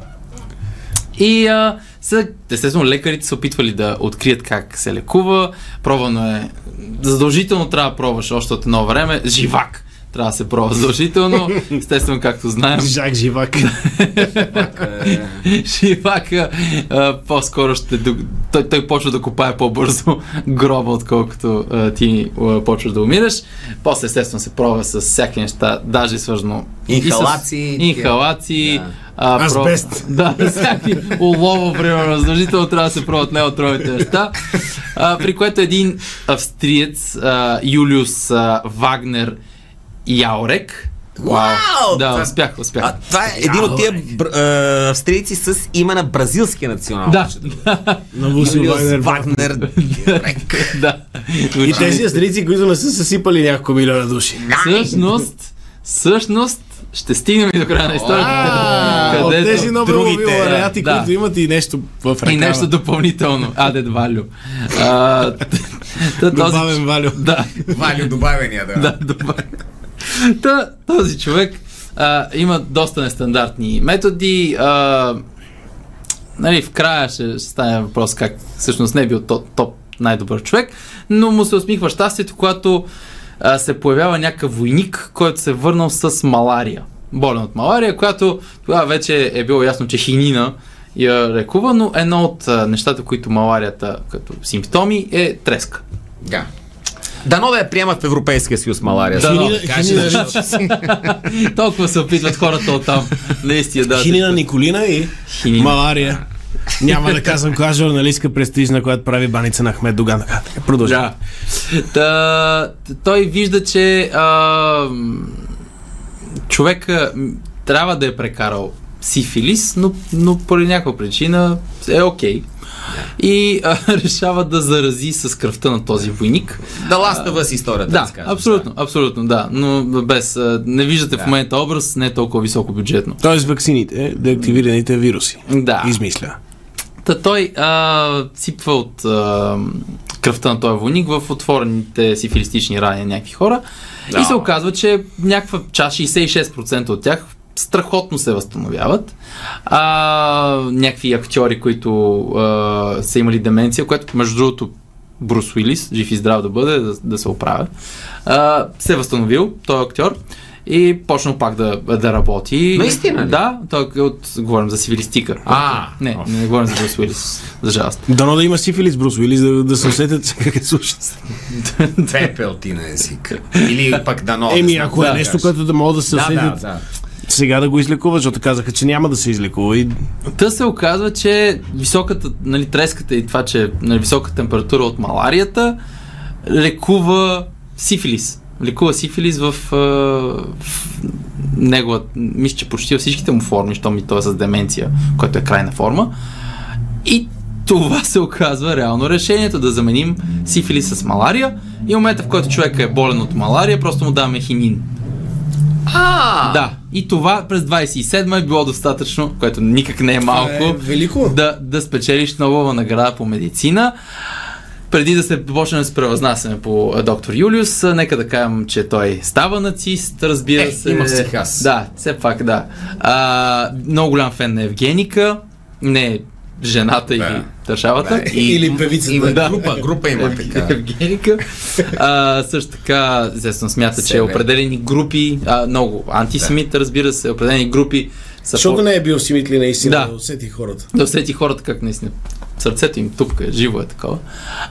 Speaker 3: И а, са, естествено лекарите се опитвали да открият как се лекува. Пробвано е. Задължително трябва да пробваш още от едно време. Живак трябва да се пробва задължително. Естествено, както знаем,
Speaker 2: Жак Живак.
Speaker 3: Шивака а, по-скоро ще... ду- Той, той почва да копае по-бързо гроба, отколкото а, ти а, почваш да умираш. После естествено се пробва с всякакви неща, даже свързано... и с-
Speaker 1: Инхалации, такива.
Speaker 3: Инхалации...
Speaker 1: Да.
Speaker 3: А,
Speaker 2: Азбест.
Speaker 3: Да, всякакви улово, примерно, задължително трябва да се пробват неотровите неща. А, при което един австриец, а, Юлиус а, Вагнер Яорек,
Speaker 1: Вау!
Speaker 3: Да,
Speaker 1: Това-
Speaker 3: успях, успях.
Speaker 1: А, това е един от тия бр- а, австрийци с име на бразилския национал.
Speaker 3: да,
Speaker 2: На
Speaker 3: Ами,
Speaker 2: Вусил Вагнер.
Speaker 1: Вагнер.
Speaker 3: да.
Speaker 2: И тези астрици, които не са съсипали няколко милиона души.
Speaker 3: Всъщност, всъщност, ще стигнем и до края на историята.
Speaker 2: От тези Нобелови
Speaker 1: другите,
Speaker 2: лауреати,
Speaker 3: да.
Speaker 2: които имат и нещо в ръкава.
Speaker 3: И нещо допълнително. А, дед Валю. А, т- т- този...
Speaker 2: Добавен валю.
Speaker 3: Да,
Speaker 1: Валю добавения, да.
Speaker 3: да, добър. Та, този човек а, има доста нестандартни методи. А, нали, в края ще, ще стане въпрос как всъщност не е бил топ, топ най-добър човек, но му се усмихва щастието, когато а, се появява някакъв войник, който се е върнал с малария. Болен от малария, която тогава вече е било ясно, че хинина я лекува, но едно от а, нещата, които маларията като симптоми е треска.
Speaker 1: Да. Дано да я приемат в Европейския съюз малария.
Speaker 3: Дано.
Speaker 1: Ще ни кажеш, защото
Speaker 3: Толкова се опитват хората от там. Наистина, да.
Speaker 2: Хинина Николина и
Speaker 3: Хинина.
Speaker 2: малария. Няма да казвам коя журналистка престижна, която прави баница на Ахмед Доган. Така, Продължи.
Speaker 3: Да. Та, т- той вижда, че а, м, човека м, трябва да е прекарал сифилис, но, но поради някаква причина е окей. Okay. И а, решава да зарази с кръвта на този войник.
Speaker 1: Да ластава с историята.
Speaker 3: Да,
Speaker 1: кажем,
Speaker 3: абсолютно, абсолютно, да. Но без, а, не виждате в момента образ, не е толкова високо бюджетно.
Speaker 2: Тоест ваксините, деактивираните вируси.
Speaker 3: Да.
Speaker 2: Измисля.
Speaker 3: Та той а, сипва от а, кръвта на този войник в отворените сифилистични рани на някакви хора да. и се оказва, че някаква част, 66% от тях страхотно се възстановяват. А, някакви актьори, които а, са имали деменция, което между другото Брус Уилис, жив и здрав да бъде, да, да се оправя, а, се е възстановил, той е актьор и почнал пак да, да работи.
Speaker 1: Наистина ли?
Speaker 3: Да, той е от, говорим за сивилистика.
Speaker 1: А,
Speaker 3: не, не говорим за Брус Уилис, за жалост.
Speaker 2: Дано да има сифилис, Брус Уилис, да, да се усетят как е слушат.
Speaker 1: Пепел ти на език. Или пък дано.
Speaker 2: Еми,
Speaker 1: да
Speaker 2: ако е
Speaker 1: да
Speaker 2: нещо,
Speaker 1: кажеш.
Speaker 2: което да могат да се
Speaker 1: Да,
Speaker 2: усетят,
Speaker 1: да, да.
Speaker 2: сега да го излекуват, защото казаха, че няма да се излекува. И...
Speaker 3: Та се оказва, че високата, нали, треската и това, че нали, висока температура от маларията лекува сифилис. Лекува сифилис в, а, в негова, мисля, че почти във всичките му форми, що ми той е с деменция, което е крайна форма. И това се оказва реално решението да заменим сифилис с малария и в момента, в който човек е болен от малария, просто му даваме хинин. А! Да. И това през 27 е било достатъчно, което никак не е малко.
Speaker 7: е велико.
Speaker 3: Да, да спечелиш Нобелова награда по медицина. Преди да се почнем с превъзнасяне по а, доктор Юлиус, а, нека да кажем, че той става нацист, разбира
Speaker 1: Е,
Speaker 3: се.
Speaker 1: има си хас.
Speaker 3: Да, все пак, да. А, много голям фен на Евгеника, не жената или
Speaker 1: Да.
Speaker 3: държавата.
Speaker 1: Да.
Speaker 3: И-
Speaker 7: Или певицата.
Speaker 1: Има
Speaker 3: Да.
Speaker 1: група, група има Е, така.
Speaker 3: Евгеника. А, също така, естествено, смята, че е
Speaker 1: Север.
Speaker 3: определени групи, а, много антисемит, разбира се, определени групи са
Speaker 7: Защото
Speaker 3: по-
Speaker 7: не е бил симит ли наистина,
Speaker 3: Да.
Speaker 7: да. усети хората.
Speaker 3: да усети хората как наистина сърцето им тупка, е, живо е такова.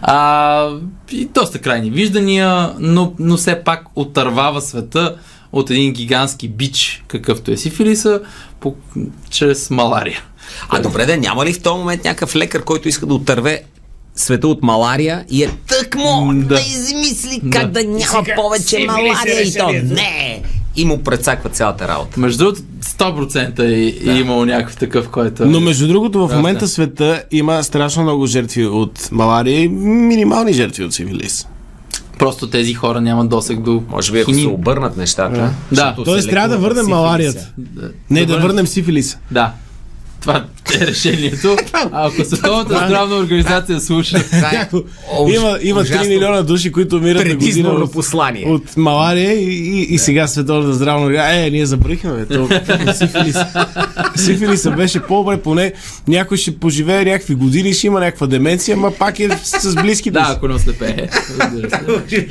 Speaker 3: А, и доста крайни виждания, но, но все пак отървава света от един гигантски бич, какъвто е сифилиса, по, чрез малария.
Speaker 1: А добре, да, няма ли в този момент някакъв лекар, който иска да отърве света от малария и е тъкмо
Speaker 3: М, да.
Speaker 1: да. да измисли как да, няма повече
Speaker 7: сивили се
Speaker 1: малария и то
Speaker 7: решението.
Speaker 1: не и му прецаква цялата работа.
Speaker 3: Между другото, 100% е, е имало някакъв такъв, който...
Speaker 2: Но между другото, в момента
Speaker 3: да.
Speaker 2: света има страшно много жертви от малария и минимални жертви от сифилис.
Speaker 3: Просто тези хора нямат досег до
Speaker 1: Може би ако
Speaker 3: хинин.
Speaker 1: се обърнат нещата.
Speaker 3: Да,
Speaker 2: Тоест трябва да върнем маларията. Не, да върнем сифилиса.
Speaker 3: да. Това е решението. А ако Световната
Speaker 2: е
Speaker 3: здравна организация слуша,
Speaker 1: е
Speaker 2: Някакво- Има, има 3 милиона души, които умират на година
Speaker 1: предизборно
Speaker 2: от,
Speaker 1: послание.
Speaker 2: от малария и, и, и сега световната здравна организация. Е, ние забравихме, бе. То, сифилис. Сифилиса беше по-добре, поне някой ще поживее някакви години, ще има някаква деменция, ма пак е с, с близки
Speaker 3: да,
Speaker 2: души.
Speaker 3: ако не ослепее.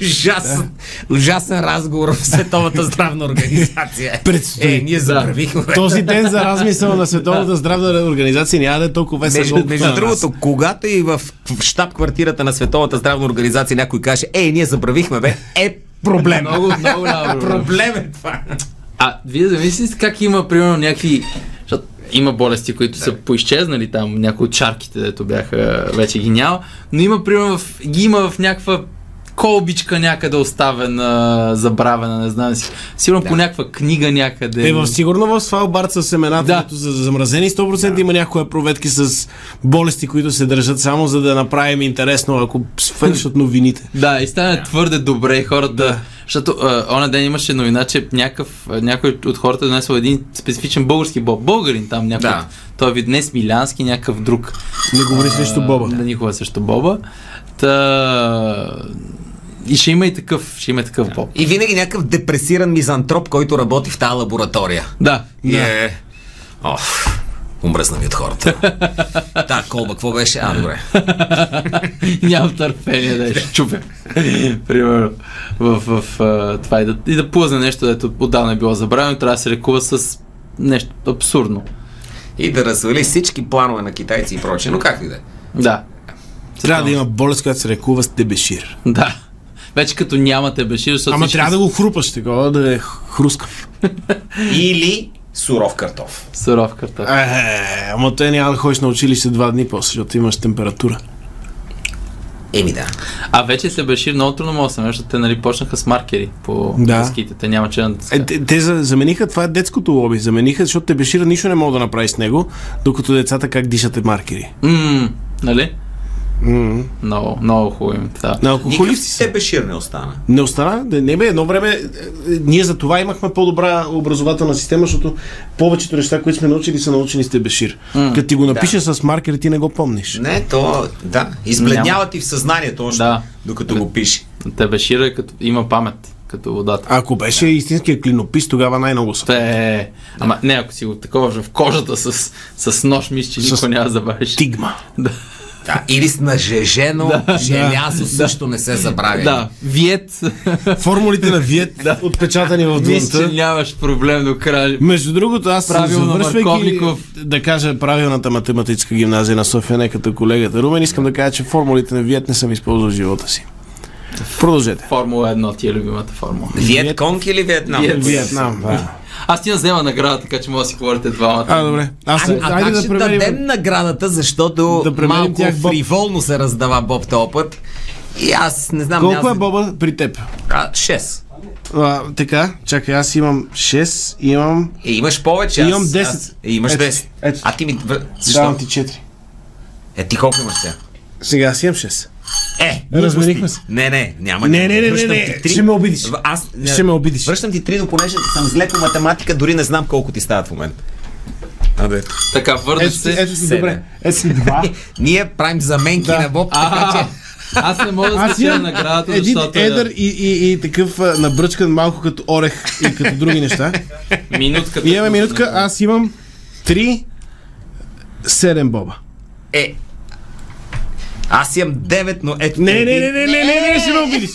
Speaker 1: Ужасен, ужасен разговор в Световната здравна организация.
Speaker 2: Предстои.
Speaker 1: Е, ние забравихме.
Speaker 2: Този ден за размисъл на Световната здравна организация няма да е толкова весел.
Speaker 1: Между,
Speaker 2: колкото
Speaker 1: между
Speaker 2: на нас.
Speaker 1: другото, когато и в щаб-квартирата на Световната здравна организация някой каже, е, ние забравихме, бе, е проблем.
Speaker 3: Много, много добро.
Speaker 1: проблем е това.
Speaker 3: А вие замислите как има, примерно, някакви... Защото има болести, които са поизчезнали там, някои от чарките, дето бяха, вече ги няма, но има, примерно, в... ги има в някаква колбичка някъде оставена, забравена, не знам си. Сигурно по някаква книга някъде.
Speaker 2: Е, в, сигурно в свалбард с семената,
Speaker 3: Да.
Speaker 2: да. за замразени 100% има някои проветки с болести, които се държат само за да направим интересно, ако свършат новините.
Speaker 3: Да, и стана твърде добре хората. Да. Защото а, оня ден имаше новина, че някакъв, а, някой от хората е донесъл един специфичен български боб. Българин там някой.
Speaker 1: Да.
Speaker 3: Да. Той вид не смилянски, някакъв друг.
Speaker 2: Не говори срещу Боба.
Speaker 3: Да, никога също Боба. Та... И ще има и такъв, ще има и такъв боб.
Speaker 1: И винаги някакъв депресиран мизантроп, който работи в тази лаборатория.
Speaker 3: Да.
Speaker 1: И е... Оф, умръзна ми от хората. Та колба, какво беше? А, добре.
Speaker 3: Нямам търпение да я ще чупя. Примерно. В, в, а, това и да, и да плъзне нещо, дето отдавна е било забравено, трябва да се лекува с нещо абсурдно.
Speaker 1: И да развали всички планове на китайци и прочее, но как и да е.
Speaker 3: Да.
Speaker 2: Трябва да има болест, която се лекува с дебешир.
Speaker 3: Да. Вече като нямате бешир, защото
Speaker 2: Ама
Speaker 3: всички
Speaker 2: трябва да го хрупаш такова, да е хрускав.
Speaker 1: Или суров картоф.
Speaker 3: са суров картоф.
Speaker 2: Е, ама те няма да ходиш на училище два дни после, защото имаш температура.
Speaker 1: Еми да.
Speaker 3: А вече се беше много трудно мога да се мериш, защото те нали, почнаха с маркери по
Speaker 2: Да.
Speaker 3: дъските. Те няма че на дъска.
Speaker 2: Е, те, те за- замениха, това е детското лоби, замениха, защото Тебешира нищо не мога да направи с него, докато децата как дишат е маркери.
Speaker 3: Мм, нали? Много, много хубаво им. е, Да.
Speaker 2: На алкохолисти
Speaker 1: Никакъв
Speaker 2: са.
Speaker 1: те бешир не остана.
Speaker 2: Не остана, да не бе, едно време е, е, ние за това имахме по-добра образователна система, защото повечето неща, които сме научили, са научени с Тебешир. Като ти го напиша с маркер, ти не го помниш.
Speaker 1: Не, то, да, избледнява ти в съзнанието още,
Speaker 3: Да.
Speaker 1: докато го пише.
Speaker 3: Тебешира е като, има памет, като водата.
Speaker 2: Ако беше истинския клинопис, тогава най-много са.
Speaker 3: Те... Е, Ама не, ако си го такова в кожата с, с нож, мисля, че никой няма да забавиш.
Speaker 2: Стигма.
Speaker 1: Да, или с нажежено желязо също не се забравя.
Speaker 3: Да, виет.
Speaker 2: Формулите на Виет, отпечатани в
Speaker 3: Мисля, че
Speaker 2: длънта.
Speaker 3: нямаш проблем до края.
Speaker 2: Между другото, аз
Speaker 3: Правилно,
Speaker 2: завършвайки
Speaker 3: Марковников.
Speaker 2: да кажа правилната математическа гимназия на София, не като колегата Румен, искам да кажа, че формулите на Виет не съм използвал в живота си. Продължете.
Speaker 3: Формула 1 ти е любимата формула.
Speaker 1: Виет Конг или Виетнам?
Speaker 3: Виет-
Speaker 2: Виетнам, да.
Speaker 3: Аз ти я взема награда, така че мога да си говорите двамата.
Speaker 2: А, добре. Аз,
Speaker 1: А, а
Speaker 2: айде
Speaker 1: как
Speaker 2: да
Speaker 1: ще
Speaker 2: проверим-
Speaker 1: дадем наградата, защото
Speaker 2: Да премерим
Speaker 1: малко
Speaker 2: тях, Боб.
Speaker 1: фриволно се раздава Боб този път. И аз не знам...
Speaker 2: Колко е
Speaker 1: аз...
Speaker 2: Боба при теб?
Speaker 1: А, 6.
Speaker 2: А, така, чакай, аз имам 6, имам...
Speaker 1: Е, имаш повече.
Speaker 2: Имам
Speaker 1: аз,
Speaker 2: 10.
Speaker 1: Аз, е, имаш
Speaker 2: Ето,
Speaker 1: 10.
Speaker 2: ето.
Speaker 1: А ти ми... вър- Защо?
Speaker 2: Давам ти 4.
Speaker 1: Е, ти колко имаш сега?
Speaker 2: Сега аз имам 6.
Speaker 1: Е,
Speaker 2: Разменихме се.
Speaker 1: Не, не, няма.
Speaker 2: Не, не, не, не,
Speaker 1: Връщам
Speaker 2: не.
Speaker 1: ти три.
Speaker 2: Ще ме обидиш.
Speaker 1: В- Аз не-
Speaker 2: Ще ме обидиш.
Speaker 1: Връщам ти три, но понеже съм зле по математика, дори не знам колко ти стават в момента. Абе.
Speaker 3: Така, върнеш
Speaker 2: Ето,
Speaker 3: се.
Speaker 2: ето си,
Speaker 1: седем.
Speaker 2: добре. Ето си 2.
Speaker 1: Е, Ние правим заменки
Speaker 2: Да.
Speaker 1: на Боб, така че...
Speaker 3: Аз не мога да
Speaker 2: Аз
Speaker 3: спечеля
Speaker 2: имам
Speaker 3: наградата,
Speaker 2: един
Speaker 3: защото е
Speaker 2: едър и, и, и такъв а, набръчкан малко като орех и като други неща.
Speaker 3: минутка.
Speaker 2: И имаме минутка, аз имам 3, 7 боба.
Speaker 1: Е, аз имам 9, но ето...
Speaker 2: Не, не, не, не, не, не, не, ще ме обидиш.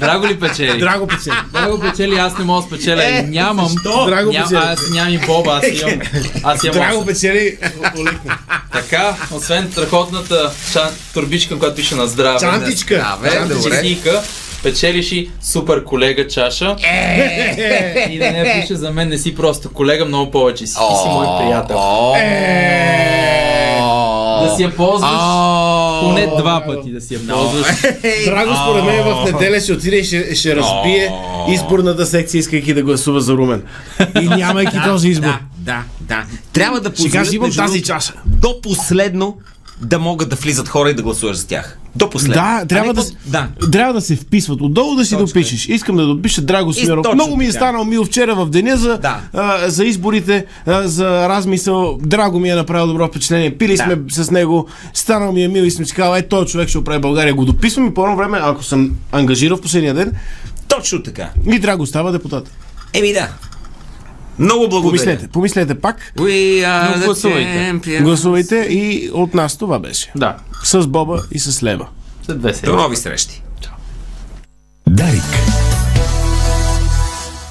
Speaker 3: Драго ли печели?
Speaker 2: Драго печели.
Speaker 3: Драго печели, аз не мога да спечеля.
Speaker 1: Е,
Speaker 3: Нямам.
Speaker 2: Драго
Speaker 3: Ням,
Speaker 2: печели. Е,
Speaker 3: аз нямам и Боба, аз имам. Аз имам.
Speaker 2: Драго
Speaker 3: осем.
Speaker 2: печели.
Speaker 3: Така, освен страхотната чан, турбичка, която пише на здраве.
Speaker 1: Да,
Speaker 2: Чантичка.
Speaker 1: бе, добре.
Speaker 3: Чистика, печелиш и супер колега чаша.
Speaker 2: Е,
Speaker 3: И да не пише за мен, не си просто колега, много повече си. Ти си мой приятел.
Speaker 1: О,
Speaker 3: Да си я ползваш
Speaker 1: о,
Speaker 3: поне два пъти да си я ползваш.
Speaker 2: Драго според мен в неделя ще отиде и ще, ще разбие изборната секция, искайки да гласува за Румен. И нямайки този избор.
Speaker 1: Да, да, да. Трябва да
Speaker 2: Ще
Speaker 1: позволят
Speaker 2: кажа, имам
Speaker 1: между
Speaker 2: тази
Speaker 1: другото,
Speaker 2: чаша.
Speaker 1: до последно да могат да влизат хора и да гласуваш за тях. До последно.
Speaker 2: Да, трябва
Speaker 1: Ами,
Speaker 2: да,
Speaker 1: то- Да. е.
Speaker 2: трябва да се вписват. Отдолу да си допишеш. Искам да допиша Драго Смиров.
Speaker 1: точно
Speaker 2: Много ми е
Speaker 1: така.
Speaker 2: станал мил вчера в деня за,
Speaker 1: Да.
Speaker 2: а, за изборите, а, за размисъл. Драго ми е направил добро впечатление. Пили сме с него, станал ми е мил и сме си казали, е, той човек ще оправи България. Го дописвам и по едно време, ако съм ангажирал в последния ден,
Speaker 1: Точно така.
Speaker 2: и Драго става депутат.
Speaker 1: Еми да. Много благодаря.
Speaker 2: Помислете, помислете пак.
Speaker 1: We are
Speaker 3: Но
Speaker 1: the
Speaker 3: гласувайте.
Speaker 1: champions.
Speaker 2: Гласувайте и от нас това беше.
Speaker 3: Да,
Speaker 2: С Боба и с Лева.
Speaker 3: след две седмици.
Speaker 1: До нови срещи.
Speaker 6: Дарик.